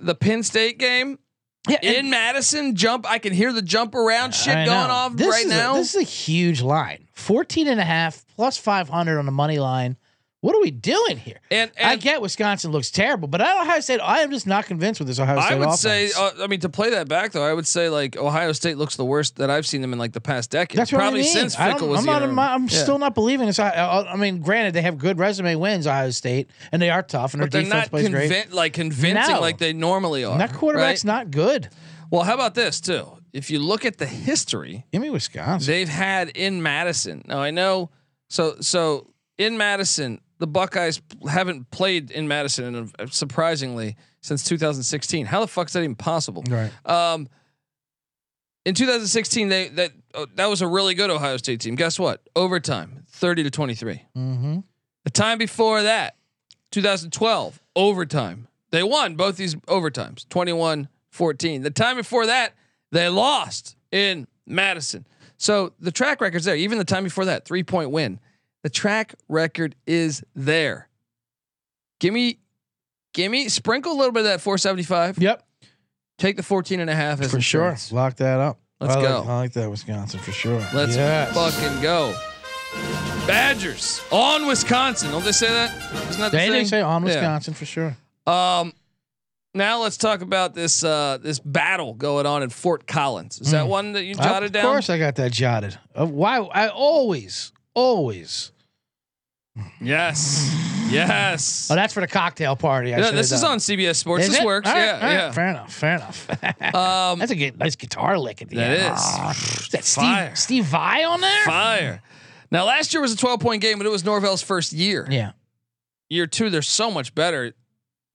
the Penn State game Yeah, and- in Madison. Jump. I can hear the jump around shit I going know. off This right is a- now. this is a huge line. 14 and a half plus 500 on the money line. What are we doing here? and and I get Wisconsin looks terrible, but I Ohio State, I am just not convinced with this Ohio State I would offense. say, uh, I mean, to play that back though, I would say like Ohio State looks the worst that I've seen them in like the past decade. that's what Probably I mean. since I Fickle don't- was I'm, the not, interim. I'm, I'm Yeah. still not believing this. I, I, I mean, granted, they have good resume wins, Ohio State, and they are tough, and But their they're defense not plays great. convin- like convincing No. like they normally are. And that quarterback's right? not good. Well, how about this too? If you look at the history Give me Wisconsin. they've had in Madison. Now I know. So so in Madison, the Buckeyes haven't played in Madison, and uh, surprisingly, since 2016. How the fuck's that even possible? right. Um, in 2016, they that uh, that was a really good Ohio State team. Guess what? Overtime, 30 to 23. Mm-hmm. The time before that, 2012, overtime. They won both these overtimes, 21-14. The time before that, they lost in Madison. So the track record's there. Even the time before that, three point win. The track record is there. Give me, give me, sprinkle a little bit of that 475. Yep. Take the 14 and a half as For sure. insurance. Lock that up. Let's I like- go. I like that Wisconsin for sure. Let's Yes. fucking go. Badgers on Wisconsin. Don't they say that? Isn't that the They, thing? they say on Yeah. Wisconsin for sure. Um, now let's talk about this uh, this battle going on in Fort Collins. Is that one that you jotted Hmm. of down? course, I got that jotted. Uh, why? I always, always. Yes. Yes. Oh, that's for the cocktail party. I Yeah, should've this is done. on CBS Sports. Is this it? works. All right, all right. yeah. Fair enough. Fair enough. yeah. Um, that's a good, nice guitar lick at the That end. is. Ah, that Fire. Steve Steve Vai on there. fire. Now last year was a 12 point game, but it was Norvell's first year. Yeah. Year two, they're so much better,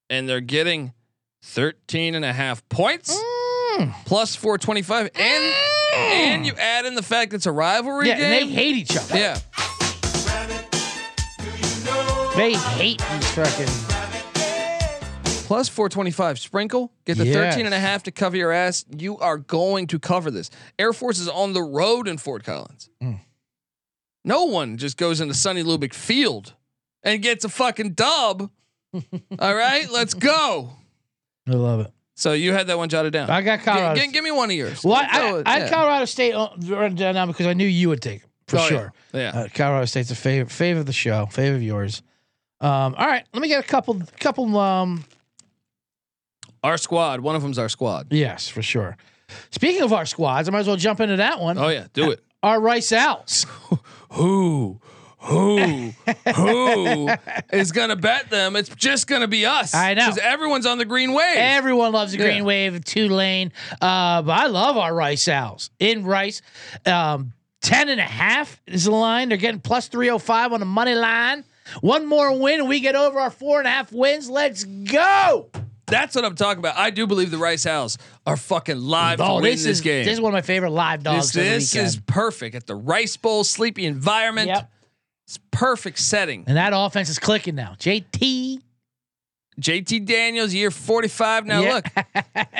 and they're getting 13 and a half points Mm. plus 425, and and you add in the fact it's a rivalry Yeah, and game. they hate each other. yeah. They hate these fucking. plus 425 sprinkle get the Yes. 13 and a half to cover your ass you are going to cover this air force is on the road in fort collins Mm. no one just goes into sunny lubick field and gets a fucking dub all right let's go I love it. so you had that one jotted down I got Colorado. Gi- gi- give me one of yours Well, Go I, with- I yeah. had Colorado State on- run down now because I knew you would take them for Oh, yeah. sure. yeah, Uh, Colorado State's a favorite, favorite of the show, favorite of yours. Um, all right, let me get a couple, couple. Um, our squad one of them's our squad yes, for sure. Speaking of our squads, I might as well jump into that one. oh yeah do it Our Rice Owls. who who who is gonna bet them it's just gonna be us I know. because everyone's on the green wave Everyone loves the Green Yeah. Wave, Tulane. Uh, but I love our Rice Owls in Rice. Um, 10 and a half is the line. They're getting plus 305 on the money line. One more win, and we get over our four and a half wins. Let's go. That's what I'm talking about. I do believe the Rice House are fucking live to win this, is game. Oh, This is one of my favorite live This, dogs. of the this weekend. is perfect at the Rice Bowl, sleepy environment. Yep. It's perfect setting. and that offense is clicking now. JT, JT Daniels, year 45. Now Yeah. look,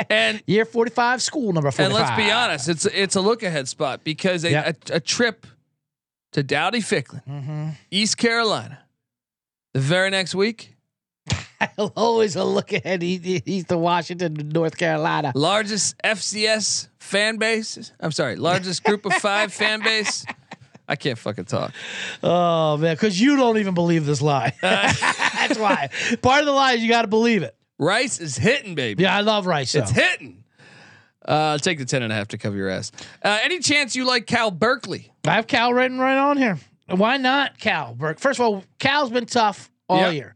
and year forty-five, school number forty-five. and let's be honest, it's it's a look ahead spot because a, Yep. a, a trip to Dowdy Ficklin, hmm East Carolina, the very next week, Always a look ahead. He- he- He's to Washington, North Carolina. largest FCS fan base. I'm sorry, largest group of five fan base. I can't fucking talk. Oh man, because you don't even believe this lie. That's why part of the lie is you got to believe it. Rice is hitting, baby. Yeah, I love Rice. It's hitting. Uh, take the 10 and a half to cover your ass. Uh, any chance you like Cal Berkeley? I have Cal written right on here. Why not Cal? Burke? First of all, Cal's been tough all Yeah. year.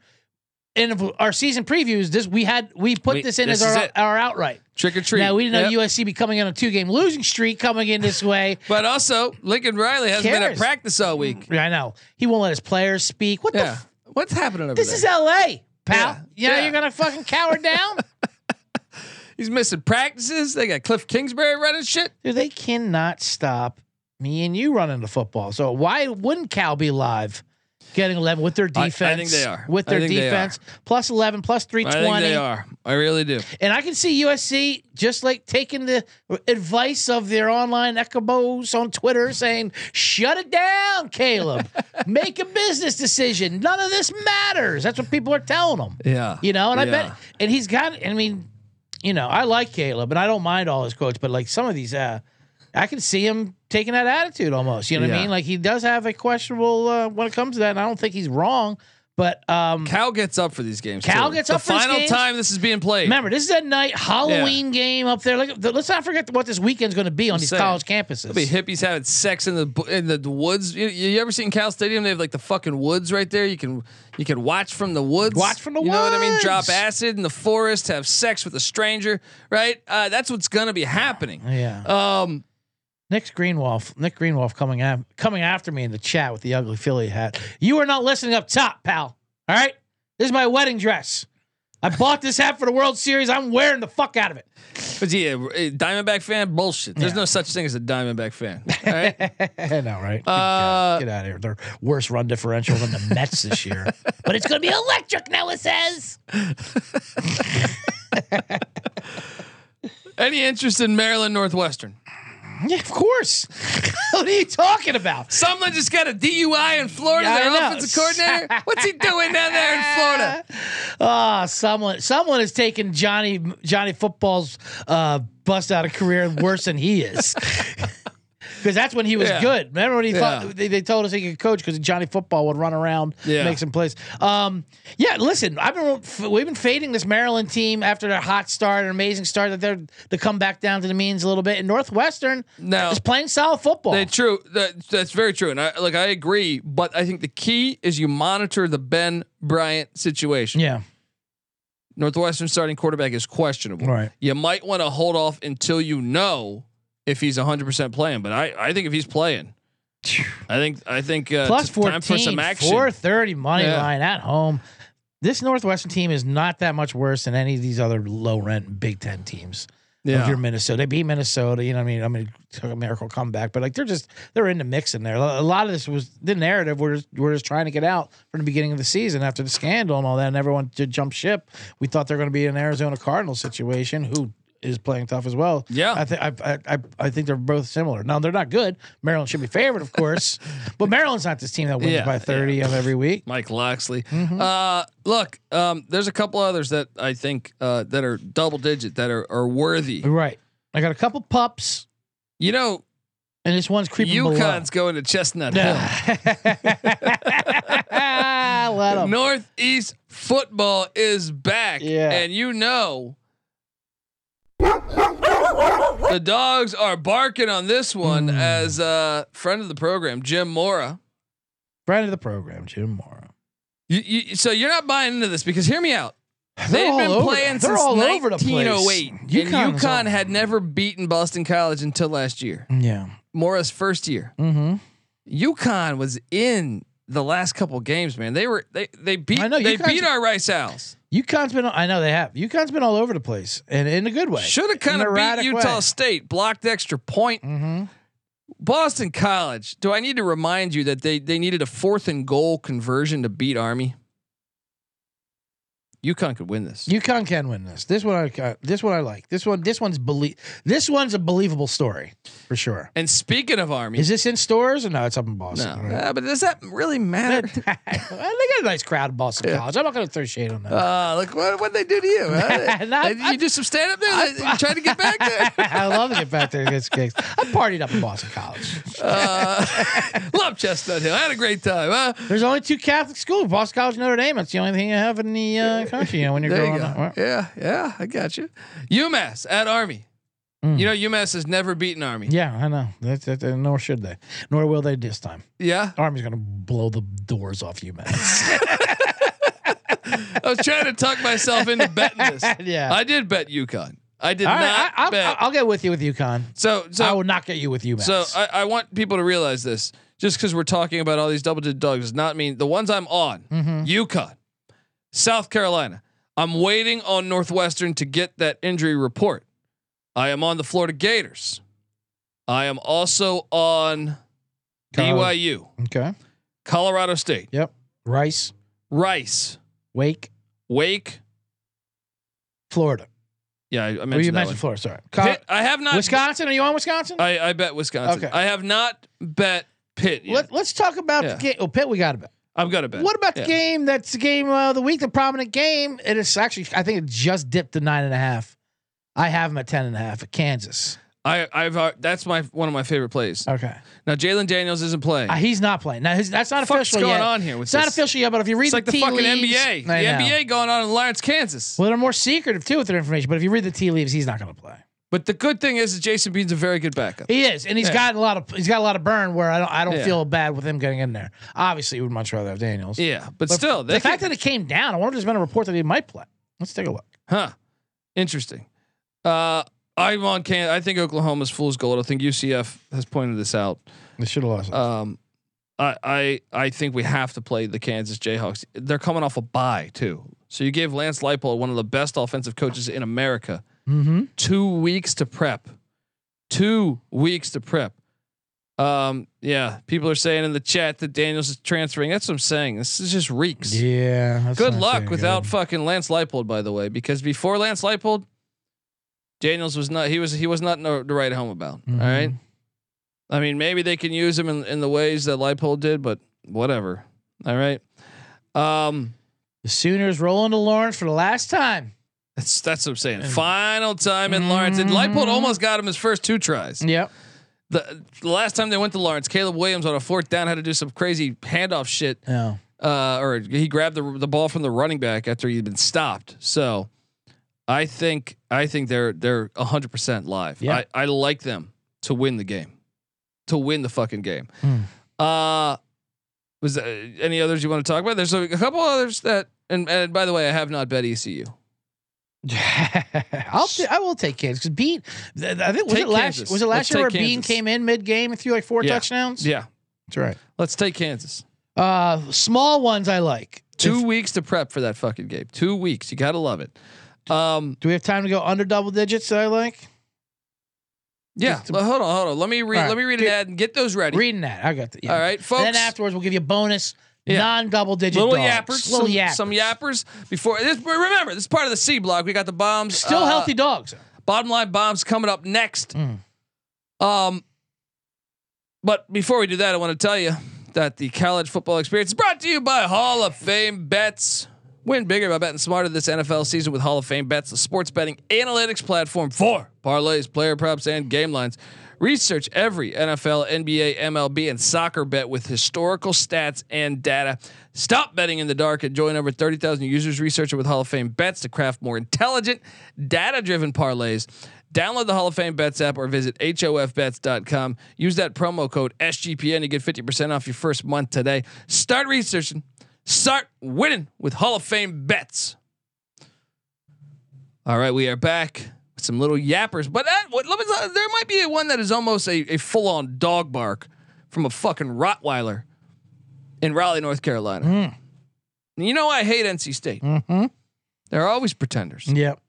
And if our season previews, this we had we put We- this in this as is our, it. our outright. Trick or treat. Now we didn't know Yep. USC be coming on a two game losing streak coming in this way. But also, Lincoln Riley hasn't been at Cares. Mm. practice all week. I know he won't let his players speak. What the? Yeah. F- What's happening over this there? is L.A. Pal, Yeah. you know Yeah. you're gonna fucking cower down. He's missing practices. They got Cliff Kingsbury running shit. Dude, they cannot stop me and you running the football. So why wouldn't Cal be live? Getting eleven with their I- I defense. think they are. with I their think they are. defense. Plus eleven, plus three I think they twenty, are. I really do. and I can see USC just like taking the advice of their online echobos on Twitter, saying, "Shut it down, Caleb. Make a business decision. None of this matters." That's what people are telling them. Yeah. You know, and I Yeah. bet, and he's got. I mean, you know, I like Caleb, and I don't mind all his quotes, but like some of these, uh, I can see him taking that attitude almost. You know what Yeah. I mean? Like he does have a questionable uh, when it comes to that, and I don't think he's wrong. But um, Cal gets up for these games. Cal too. gets the up for these final games. time this is being played. remember, this is a night Halloween game up there. Like, th- let's not forget what this weekend's going to be on these saying. college campuses. There'll be hippies having sex in the bu- in the woods. You, you ever seen Cal Stadium? They have like the fucking woods right there. You can you can watch from the woods. Watch from the You know what I mean? Drop woods. acid in the forest. Have sex with a stranger. Right? Uh, that's what's gonna be happening. yeah, Um, Nick Greenwolf, Nick Greenwolf coming af- coming after me in the chat with the ugly Philly hat. You are not listening up top, pal. All right, this is my wedding dress. I bought this hat for the World Series. I'm wearing the fuck out of it. but yeah, a Diamondback fan bullshit. There's Yeah. no such thing as a Diamondback fan. All right? I know, right? Uh, Get out of here. They're worse run differential than the Mets this year. But it's gonna be electric now. It says. Any interest in Maryland Northwestern? Yeah, of course. what are you talking about? Sumlin just got a DUI in Florida, Yeah, I their know. offensive coordinator. What's he doing down there in Florida? Ah, someone someone has taken Johnny Johnny Football's uh, bust out of career worse than he is. Because that's when he was Yeah. good. Remember when he Yeah. thought they, they told us he could coach because Johnny Football would run around, Yeah. make some plays. Um, yeah, listen, I've been we've been fading this Maryland team after their hot start, an amazing start that they're to come back down to the means a little bit. And Northwestern No. is playing solid football. They true. That, that's very true. And I, like I agree, but I think the key is you monitor the Ben Bryant situation. yeah, Northwestern starting quarterback is questionable. Right. You might want to hold off until you know if he's 100% playing, but I, I think if he's playing, I think I think uh, it's plus time for 14, some action. 430 money Yeah. line at home. This Northwestern team is not that much worse than any of these other low rent Big Ten teams. Of Yeah. your Minnesota, they beat Minnesota. You know, what I mean, I mean, it took a miracle comeback, but like they're just they're in the mix in there. A lot of this was the narrative. We're just, we're just trying to get out from the beginning of the season after the scandal and all that, and everyone did jump ship. We thought they're going to be an Arizona Cardinals situation, who is playing tough as well. Yeah. I think I, I I think they're both similar. Now they're not good. Maryland should be favored, of course, but Maryland's not this team that wins Yeah, by thirty of every week. Mike Loxley. Mm-hmm. Uh, look, um, there's a couple others that I think uh, that are double digit that are, are worthy. Right. I got a couple pups, You know, and this one's creeping below. UConn's going to Chestnut Hill. Let 'em. Northeast football is back. Yeah. And you know, the dogs are barking on this one Hmm. as a friend of the program, Jim Mora. Friend of the program, Jim Morrow. You, you, so you're not buying into this because hear me out. They're They've all been over- playing they're since all over the place. 1908. UConn and was UConn all- had never beaten Boston College until last year. Yeah. Mora's first year. Mm-hmm. UConn was in the last couple games, man. They were they they beat I know, they UConn's- beat our Rice Owls. UConn's been. I know they have. UConn's been all over the place, and in a good way. Should have In kind an of erratic beat Utah way. State, blocked extra point. Mhm. Boston College. Do I need to remind you that they they needed a fourth and goal conversion to beat Army? UConn could win this. UConn can win this. This one, I, ca- this one I like. This one, this one's belie- This one's a believable story for sure. and speaking of Army, Is this in stores or no? It's up in no, Boston. right? Uh, but does that really matter? they got a nice crowd in Boston College. I'm not going to throw shade on them. Uh, like what what they do to you? huh? No, I- Did you do some stand up there? you trying to get back there? I love to get back there against kicks. I partied up in Boston College. Uh, love Chestnut Hill. I had a great time. huh? There's only two Catholic schools: Boston College, and Notre Dame. That's the only thing you have in the uh, country. You know, when you're There you growing go. up. Well, Yeah, yeah, I got you. UMass at Army. You know UMass has never beaten Army. Mm. Yeah, I know. That's that, that- nor should they, nor will they this time. Yeah, Army's going to blow the doors off UMass. I was trying to tuck myself into betting this. Yeah. I did bet UConn. I did All not right, I, bet. will get with you with UConn. so, so, I will not get you with UMass. so uh, I, I want people to realize this. Just because we're talking about all these double digit dogs does not mean the ones I'm on. Mm-hmm. UConn, South Carolina. I'm waiting on Northwestern to get that injury report. I am on the Florida Gators. I am also on Colorado- BYU, okay. Colorado State, Yep. Rice, Rice, Wake, Wake. Florida. Yeah, I, I mentioned Well, you that mentioned one. Florida. Sorry. Pitt, I have not. Uh, Wisconsin. Are you on Wisconsin? I, I bet Wisconsin. Okay. I have not bet Pitt. Yet. Let, us talk about Yeah. the game. Oh, Pitt, we got to bet. I'm gonna bet. What about the Yeah. game? That's the game of the week, the prominent game. It is actually, I think it just dipped to nine and a half. I have them at ten and a half at Kansas. I I've uh, that's my one of my favorite plays. Okay, Now Jalen Daniels isn't playing. Uh, he's not playing now. His, that's not Fuck's official going yet. on here with it's not this? official yet, but if you read it's like the tea fucking leaves, NBA. The I know. NBA going on in Lawrence, Kansas. Well, they're more secretive too with their information. But if you read the tea leaves, he's not going to play. But the good thing is that Jason Bean's a very good backup. He is, and he's Yeah. got a lot of he's got a lot of burn. Where I don't I don't Yeah. feel bad with him getting in there. Obviously, we'd much rather have Daniels. Yeah, but, But still, the they fact could- that it came down, I wonder if there's been a report that he might play. Let's take a look. huh? Interesting. Uh, I'm on can. I think Oklahoma's fool's gold. I think UCF has pointed this out. They should have lost. Um, I I I think we have to play the Kansas Jayhawks. They're coming off a bye too. So you gave Lance Leipold, one of the best offensive coaches in America, mm-hmm. two weeks to prep. Two weeks to prep. Um, yeah, people are saying in the chat that Daniels is transferring. That's what I'm saying. This is just reeks. Yeah. that's good not luck too without good. fucking Lance Leipold, by the way, because Mm-hmm. before Lance Leipold, Daniels was not he was he was not no, to write home about. all right. I mean, maybe they can use him in, in the ways that Leipold did, but whatever. All right. Um, The Sooners rolling to Lawrence for the last time. that's that's what I'm saying. Final time in Lawrence. And Mm-hmm. Leipold almost got him his first two tries. Yep. The, the last time they went to Lawrence, Caleb Williams on a fourth down had to do some crazy handoff shit. No. uh, or he grabbed the the ball from the running back after he'd been stopped. So I think I think they're they're hundred percent live. Yeah. I, I like them to win the game, to win the fucking game. Hmm. Uh, was there any others you want to talk about? There's a, a couple others that, and, and by the way, I have not bet E ECU. I'll t- I will take Kansas because Bean. th- I think was Take it last Kansas. was it last Let's year where take Bean Kansas. came in mid game and threw like four Yeah. touchdowns. Yeah, that's right. let's take Kansas. Uh, small ones I like. Two If- weeks to prep for that fucking game. Two weeks. You gotta love it. Um, do we have time to go under double digits? That I like yeah. Just to- Well, hold on, hold on. Let me read. All right. Let me read Dude. an ad and get those ready. reading that. I got that. yeah. All right, folks. And then afterwards, we'll give you a bonus Yeah. non-double digit little dogs. yappers, little some, yappers, some yappers. Before this, remember this is part of the C block. We got the bombs, Still uh, healthy dogs. Bottom line bombs coming up next. Mm. Um, but before we do that, I want to tell you that the college football experience is brought to you by Hall of Fame Bets. Win bigger by betting smarter this NFL season with Hall of Fame Bets, the sports betting analytics platform for parlays, player props, and game lines. Research every NFL, NBA, MLB, and soccer bet with historical stats and data. Stop betting in the dark and join over 30,000 users researching with Hall of Fame Bets to craft more intelligent, data driven parlays. Download the Hall of Fame Bets app or visit hofbets.com. Use that promo code SGPN to get 50% off your first month today. Start researching, start winning with Hall of Fame Bets. All right, we are back with some little yappers, but that, what, let me tell- there might be one that is almost a, a full on dog bark from a fucking Rottweiler in Raleigh, North Carolina. You know, I hate NC State. Mm-hmm. Mm. They're always pretenders, Yep.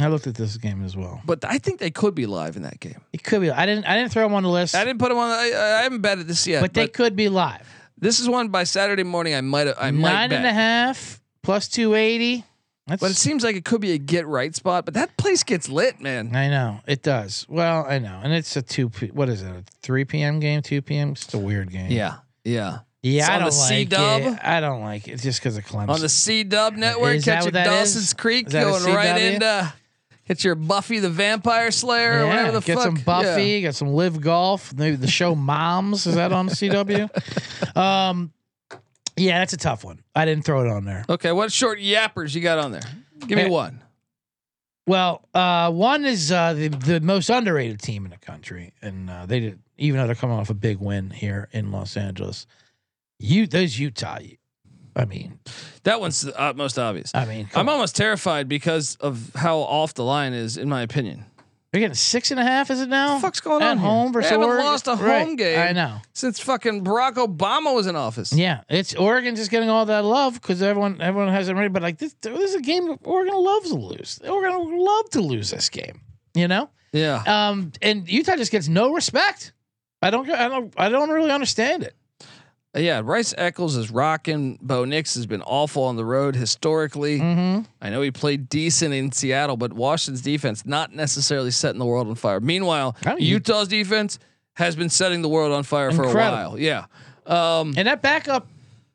I looked at this game as well. but I think they could be live in that game. It could be. I didn't. I didn't throw them on the list, I didn't put them on. The, I, I haven't betted this yet. but But, they could be live. this is one by Saturday morning. I might. I might Nine bet. and a half plus two eighty. That's. But it seems like it could be a get right spot. But that place gets lit, man. I know it does. Well, I know, and it's a two. P, what is it? A three p.m. game? Two p.m. It's just a weird game. Yeah, yeah. Yeah. It's I on don't the like C-dub? it. I don't like it just because of Clemson. On the C Dub network, Is that catch your what that is? Dawson's Creek Is that a going right CW? into. Get your Buffy the Vampire Slayer yeah, or whatever the get fuck. some Buffy, get some Live Golf, maybe the show Moms. Is that on CW? um, yeah, that's a tough one. I didn't throw it on there. Yeah. Okay, what short yappers you got on there? Give me Hey. one. Well, uh, one is uh, the the most underrated team in the country, and uh, they did even though they're coming off a big win here in Los Angeles. You those Utah, I mean, That one's the uh, most obvious. I mean, I'm come on. almost terrified because of how off the line is, in my opinion. they're getting six and a half. Is it now? What the fuck's going at on here? home versus They haven't Oregon? lost a Right. home game. I know. Since fucking Barack Obama was in office. Yeah, it's Oregon's just getting all that love because everyone everyone has it ready. But like this, this is a game that Oregon loves to lose. Oregon would love to lose this game. You know, Yeah. um, and Utah just gets no respect. I don't. I don't. I don't really understand it. Yeah, Rice Eccles is rocking. Bo Nix has been awful on the road historically. Mm-hmm. I know he played decent in Seattle, but Washington's defense not necessarily setting the world on fire. Meanwhile, I mean, you- Utah's defense has been setting the world on fire for a Incredible. while. Yeah. Um, And that backup,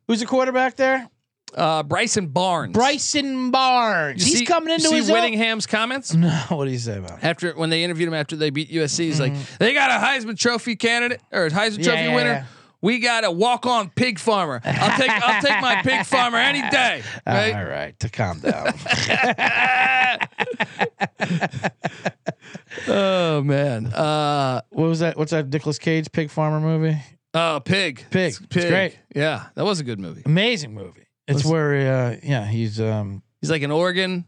who's the quarterback there? uh, Bryson Barnes. Bryson Barnes. You He's see- coming into you see his own. Whittingham's comments No, what do you say about? it? after when they interviewed him after they beat USC. He's like, they got a Heisman Trophy candidate or a Heisman Mm-hmm. Yeah, Trophy yeah, winner. yeah. We got a walk on pig farmer. I'll take I'll take my pig farmer any day. Right? All right, to calm down. Oh man. Uh what was that? What's that Nicolas Cage pig farmer movie? oh pig. Pig. It's It's great. Yeah. That was a good movie. Amazing movie. It's What's- where, uh, yeah, he's um, He's like an Oregon,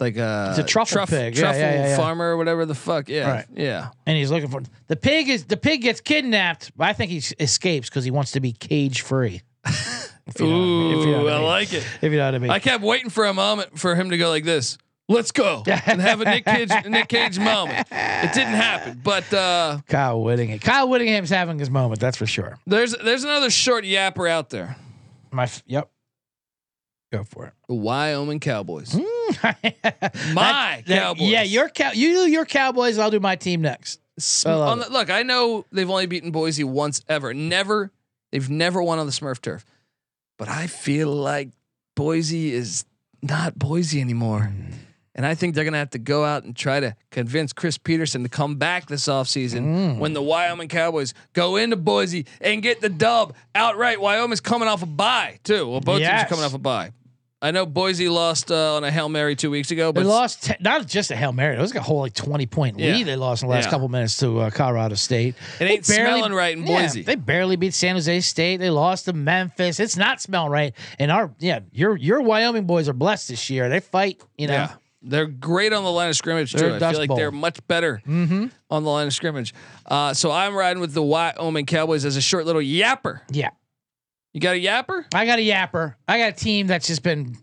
like a, It's a truffle pig. Yeah, truffle yeah, yeah, yeah. farmer or whatever the fuck. Yeah. Right. Yeah. and he's looking for the pig. Is the pig gets kidnapped? But I think he s- escapes because he wants to be cage free. If you know what I mean- if you know Ooh, what I I mean. like it. If you know what I mean. I kept waiting for a moment for him to go like this. Let's go and have a Nick Cage Nick Cage moment. It didn't happen, but uh, Kyle Whittingham. Kyle Whittingham's having his moment. That's for sure. there's there's another short yapper out there. My f- yep. Go for it. The Wyoming Cowboys. my Cowboys. yeah, your cow. You do your Cowboys. I'll do my team next. Sm- I love on the, look, I know they've only beaten Boise once ever. Never, they've never won on the Smurf turf. But I feel like Boise is not Boise anymore. Hmm. And I think they're going to have to go out and try to convince Chris Peterson to come back this offseason Hmm. when the Wyoming Cowboys go into Boise and get the dub outright. Wyoming's coming off a bye, too. Well, both teams Yes. are coming off a bye. I know Boise lost uh, on a Hail Mary two weeks ago, They but lost te- not just a hail mary. It was like a whole like twenty point Yeah. lead they lost in the last Yeah. couple minutes to uh, Colorado State. It They ain't smelling right in Boise. They barely beat San Jose State. They lost to Memphis. It's not smelling right. And our yeah, your your Wyoming boys are blessed this year. They fight. You know, Yeah. They're great on the line of scrimmage They're too. I Dust feel like Bowl. Mm-hmm. they're much better on the line of scrimmage. Uh, so I'm riding with the Wyoming Cowboys as a short little yapper. yeah. You got a yapper? I got a yapper. I got a team that's just been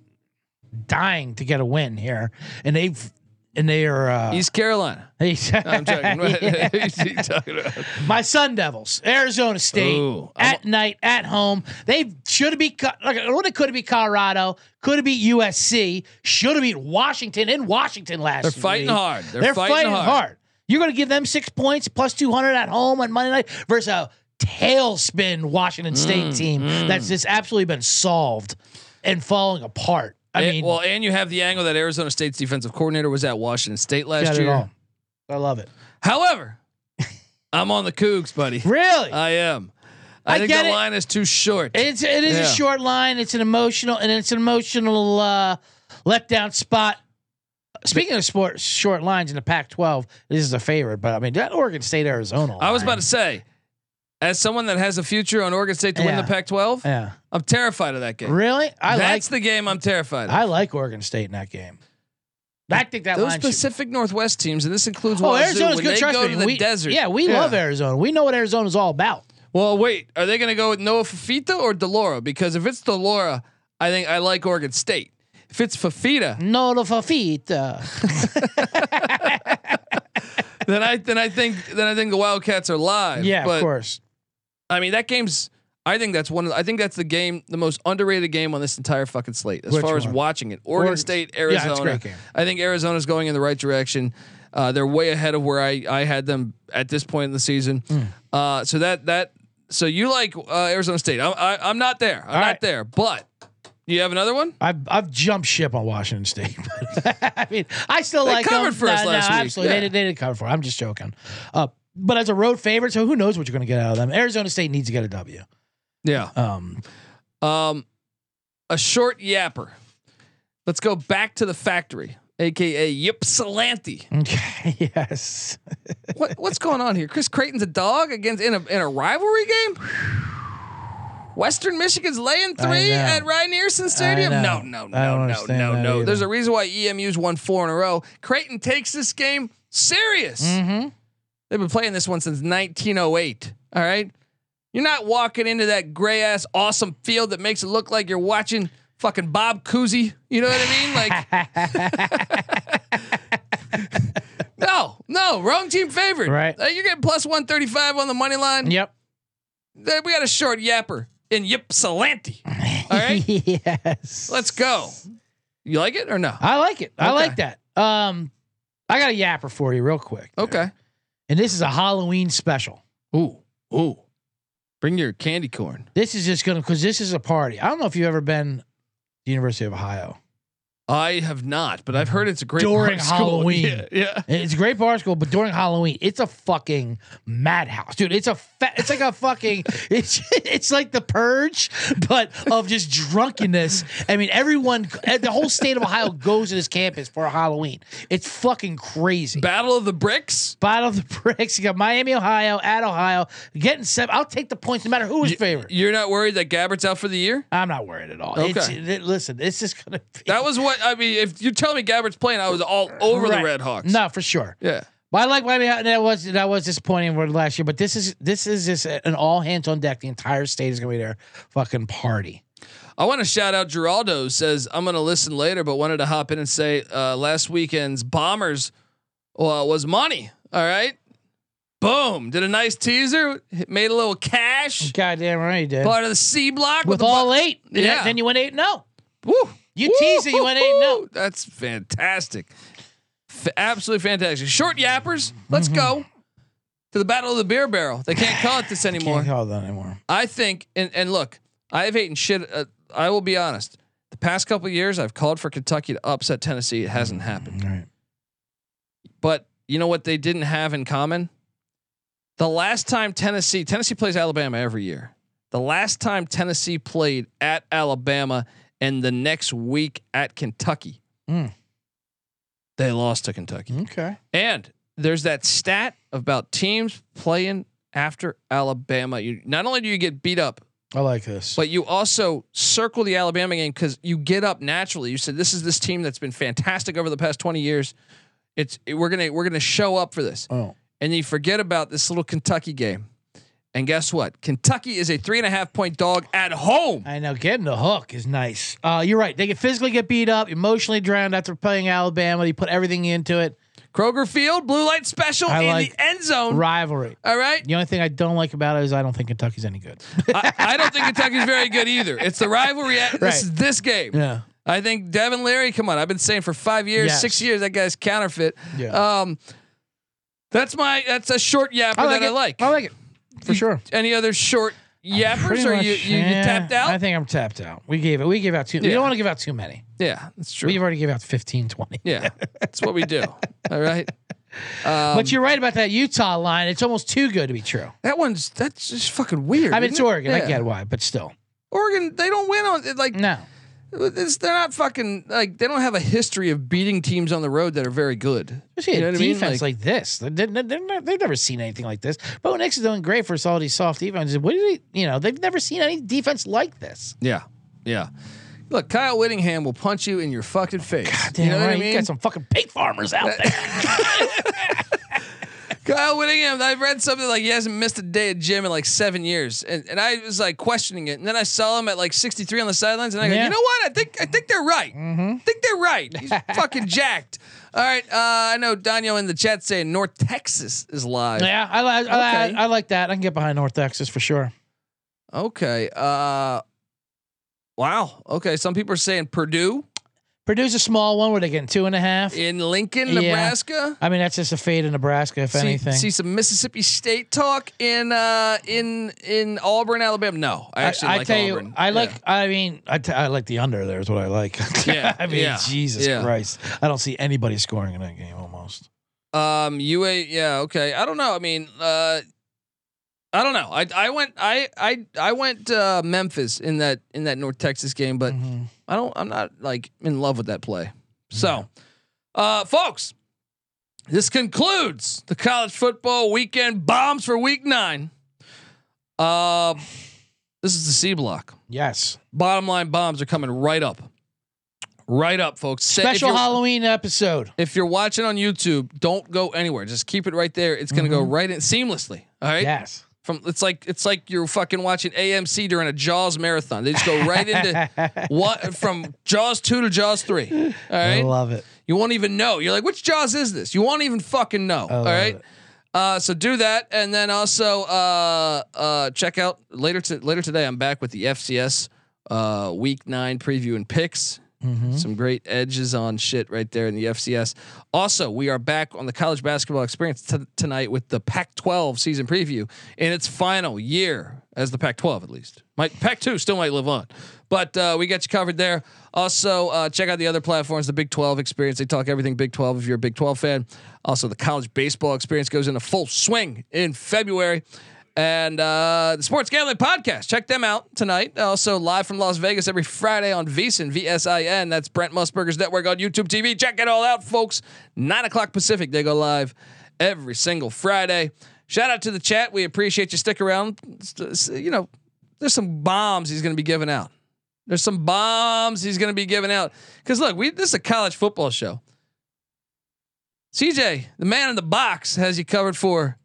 dying to get a win here, and they've and they are. Uh, East Carolina. No, I'm joking. What are you talking about? My Sun Devils, Arizona State, Ooh, I'm- at night, at home. They should have beat. Co- Look, it could have beat Colorado. Could have beat USC. Should have beat Washington in Washington last. They're fighting week. hard. They're, They're, fighting, hard. You're going to give them six points plus 200 at home on Monday night versus a tailspin Washington Mm, State team that's just absolutely been solved and falling apart. I And- mean, well, and you have the angle that Arizona State's defensive coordinator was at Washington State got last it year. all. I love it. However, I'm on the Cougs, buddy. Really? I am. I, I think get the it. line is too short. It's it is Yeah. a short line. It's an emotional and it's an emotional uh, letdown spot. Speaking of sports, short lines in the Pac-12, this is a favorite. But I mean, that Oregon State Arizona. I was line. about to say, as someone that has a future on Oregon State to win Yeah. the Pac-12, Yeah. I'm terrified of that game. Really? I That's the like game I'm terrified of. I like Oregon State in that game. I think that Those line should- Pacific Northwest teams, and this includes Oh, Wazoo, Arizona's when good. they Trust go me, to the we, desert. Yeah, we love Arizona. We know what Arizona's all about. Well, wait, are they going to go with Noah Fafita or Delora? Because if it's Delora, I think I like Oregon State. If it's Fafita, No lo fafita. then I then I think then I think the Wildcats are live. Yeah, but, of course. I mean that game's. I think that's one. Of, I think that's the game, the most underrated game on this entire fucking slate, as Which far as one? watching it. Oregon Oregon- State, Yeah, it's a Arizona. great game. I think Arizona's going in the right direction. Uh, they're way ahead of where I, I had them at this point in the season. Hmm. Uh, so that that so you like uh, Arizona State? I'm I, I'm not there. I'm not right. there. But you have another one? I've I've jumped ship on Washington State. I mean, I still like covered them. for us last week, Absolutely, yeah. they, did, they didn't cover for. it. I'm just joking. Uh, but as a road favorite, so who knows what you're going to get out of them? Arizona State needs to get a W. Yeah. Um, Um, Uh, a short yapper. Let's go back to the factory, aka Ypsilanti. okay, yes. what what's going on here? Chris Creighton's a dog against in a in a rivalry game. Western Michigan's laying three know. at Ryerson Stadium. No, know. no, I don't no, no, understand no, that no. either. There's a reason why EMU's won four in a row. Creighton takes this game serious. Mm-hmm. They've been playing this one since 1908. All right, you're not walking into that gray ass awesome field that makes it look like you're watching fucking Bob Cousy. You know what I mean? Like, no, no, wrong team favored. Right. Uh, you're getting plus 135 on the money line. Yep. There- we got a short yapper in Ypsilanti. All right, yes. let's go. You like it or no? I like it. I Okay. Oh. like that. Um, I got a yapper for you real quick. Okay. And this is a Halloween special. Ooh, ooh. Bring your candy corn. This is just gonna because this is a party. I don't know if you've ever been to the University of Ohio. I have not, but I've heard it's a great During bar school. Halloween. Yeah, yeah. And It's a great bar school, but during Halloween, it's a fucking madhouse, dude. It's a fa- it's like a fucking it's it's like the purge, but of just drunkenness. I mean, everyone, eh, the whole state of Ohio goes to this campus for Halloween. It's fucking crazy. Battle of the Bricks. Bottom of the bricks. You got Miami, Ohio, at Ohio, getting seven. I'll take the points no matter who is favorite. You're not worried that Gabbert's out for the year? I'm not worried at all. It's, it, listen, this is gonna be That was what I mean. If you tell me Gabbert's playing, I was all over the Red Hawks. No, for sure. Yeah. But I like Miami. That was that was disappointing for last year, but this is this is just an all hands on deck. The entire state is gonna be there. Fucking party. I want to shout out Geraldo says I'm going to listen later, but wanted to hop in and say uh, last weekend's Bombers uh, was money. All right. Boom. Did a nice teaser. hit- Made a little cash. Goddamn right, you did. Part of the C block with, With the all bu- eight, Yeah. yeah. Then you went eight. oh. No, Woo. You teased it, you went eight and oh. Woo. That's Mm-hmm. fantastic. F- absolutely fantastic. Short yappers. Let's go. to the Battle of the Beer Barrel. They can't call it this anymore. Can't call that anymore. I think, and, and look, I've hating shit. Uh, I will be honest. The past couple of years, I've called for Kentucky to upset Tennessee. It hasn't happened. All right. But you know what they didn't have in common? The last time Tennessee, Tennessee plays Alabama every year. The last time Tennessee played at Alabama and the next week at Kentucky, Mm. they lost to Kentucky. Okay. And there's that stat about teams playing after Alabama. You not only do you get beat up, I like this. but you also circle the Alabama game because you get up naturally. You said this is this team that's been fantastic over the past 20 years. It's we're gonna we're gonna show up for this, oh, and you forget about this little Kentucky game. And guess what? Kentucky is a three and a half point dog at home. I know. Getting the hook is nice. Uh, you're right. They get physically get beat up, emotionally drowned after playing Alabama. They put everything into it. Kroger Field, blue light special I in like- the end zone. Rivalry. All right, The only thing I don't like about it is I don't think Kentucky's any good. I, I don't think Kentucky's very good either. It's the rivalry. At, Right. This is this game. yeah. I think Devin Leary. Come on, I've been saying for five years, Yes. six years, that guy's counterfeit. Yeah. Um, that's my. That's a short yapper I like that I it. like. I like it. For You- sure. Any other short yappers? Pretty Or much, you, you, you yeah, tapped out? I think I'm tapped out. We gave it. We gave out too. We Yeah. don't want to give out too many. yeah, that's true. We've already gave out 15, 20. yeah, that's what we do. All right. Um, but you're right about that Utah line. It's almost too good to be true. that one's that's just fucking weird. I mean, isn't it's it? Oregon. Yeah. I get why, but still, Oregon. They don't win on like no. it's, they're not fucking like they don't have a history of beating teams on the road that are very good. Especially You know a what I mean? defense like, this. They, they, they, have never seen anything like this. Bo Nix is doing great for all these soft defenses. What did he, you know, they've never seen any defense like this. Yeah, yeah. Look, Kyle Whittingham will punch you in your fucking face. Damn you know right. what I mean? You got some fucking pig farmers out there. Kyle Whittingham. I read something like he hasn't missed a day at gym in like seven years, and and I was like questioning it, and then I saw him at like 63 on the sidelines, and I go, Yeah. Mm-hmm. you know what? I think I think they're right. I think they're right. He's fucking jacked. All right, uh, I know Daniel in the chat saying North Texas is live. yeah, I, li- I, Okay. I, I like that. I can get behind North Texas for sure. Okay. Uh, wow. Okay. Some people are saying Purdue Purdue's a small one. Where they getting two and a half? in Lincoln, Yeah. Nebraska. I mean, that's just a fade in Nebraska, if see, anything. see some Mississippi State talk in uh, in in Auburn, Alabama. No, I actually like Auburn. I like. Yeah. I mean, I, t- I like the under there is what I like. Yeah, I mean, yeah, Jesus yeah. Christ, I don't see anybody scoring in that game almost. Um, UA, yeah, okay. I don't know. I mean, uh, I don't know. I I went I I I went uh, Memphis in that in that North Texas game, but Mhm. I don't. I'm not like in love with that play. So, uh, folks, this concludes the college football weekend bombs for Week Nine. Uh, this is the C block. Yes, Bottom line bombs are coming right up, right up, folks. Say- if special you're- Halloween episode. if you're watching on YouTube, don't go anywhere. Just keep it right there. It's gonna go right in seamlessly. All right. Mm-hmm. Yes, From it's like it's like you're fucking watching AMC during a Jaws marathon. They just go right into what from Jaws two to Jaws three. All I right. love it. You won't even know. You're like, which Jaws is this? You won't even fucking know. All love right. it. Uh, so do that, and then also uh, uh, check out later to later today. I'm back with the FCS uh, Week Nine preview and picks. Mm-hmm. Some great edges on shit right there in the FCS. Also, we are back on the college basketball experience t- tonight with the Pac-12 season preview in its final year as the Pac-12, at least. Might Pac-2 still might live on, but uh, we got you covered there. Also, uh, check out the other platforms, the Big 12 experience. They talk everything Big 12 if you're a Big 12 fan. Also, the college baseball experience goes into full swing in February. And uh, the Sports Gambling Podcast, check them out tonight. Also, live from Las Vegas every Friday on VSIN, V S I N. That's Brent Musburger's network on YouTube TV. Check it all out, folks. Nine o'clock Pacific, they go live every single Friday. Shout out to the chat. We appreciate you. Stick around. It's- it's, You know, there's some bombs he's going to be giving out. There's some bombs he's going to be giving out. Because look, we this is a college football show. CJ, the man in the box, has you covered for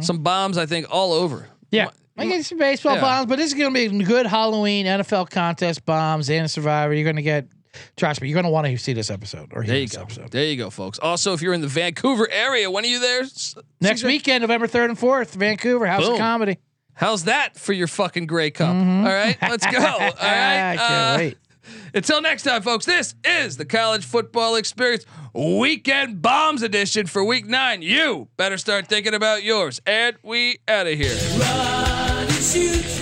some bombs. I think all over. Mm-hmm. Yeah. I get some baseball Yeah. bombs, but this is going to be good Halloween NFL contest bombs and Survivor. You're going to get, trust me, you're going to want to see this episode or hear There you this go. episode. There you go, folks. Also, if you're in the Vancouver area, when are you there? S- Next CJ? weekend, November 3rd and 4th, Vancouver, House Boom. of Comedy. How's that for your fucking Grey Cup? All right, let's go. All right. Mm-hmm. I Uh, can't wait. Until next time, folks. This is the college football experience. Weekend Bombs edition for week nine. You better start thinking about yours. And we out of here. Run and shoot.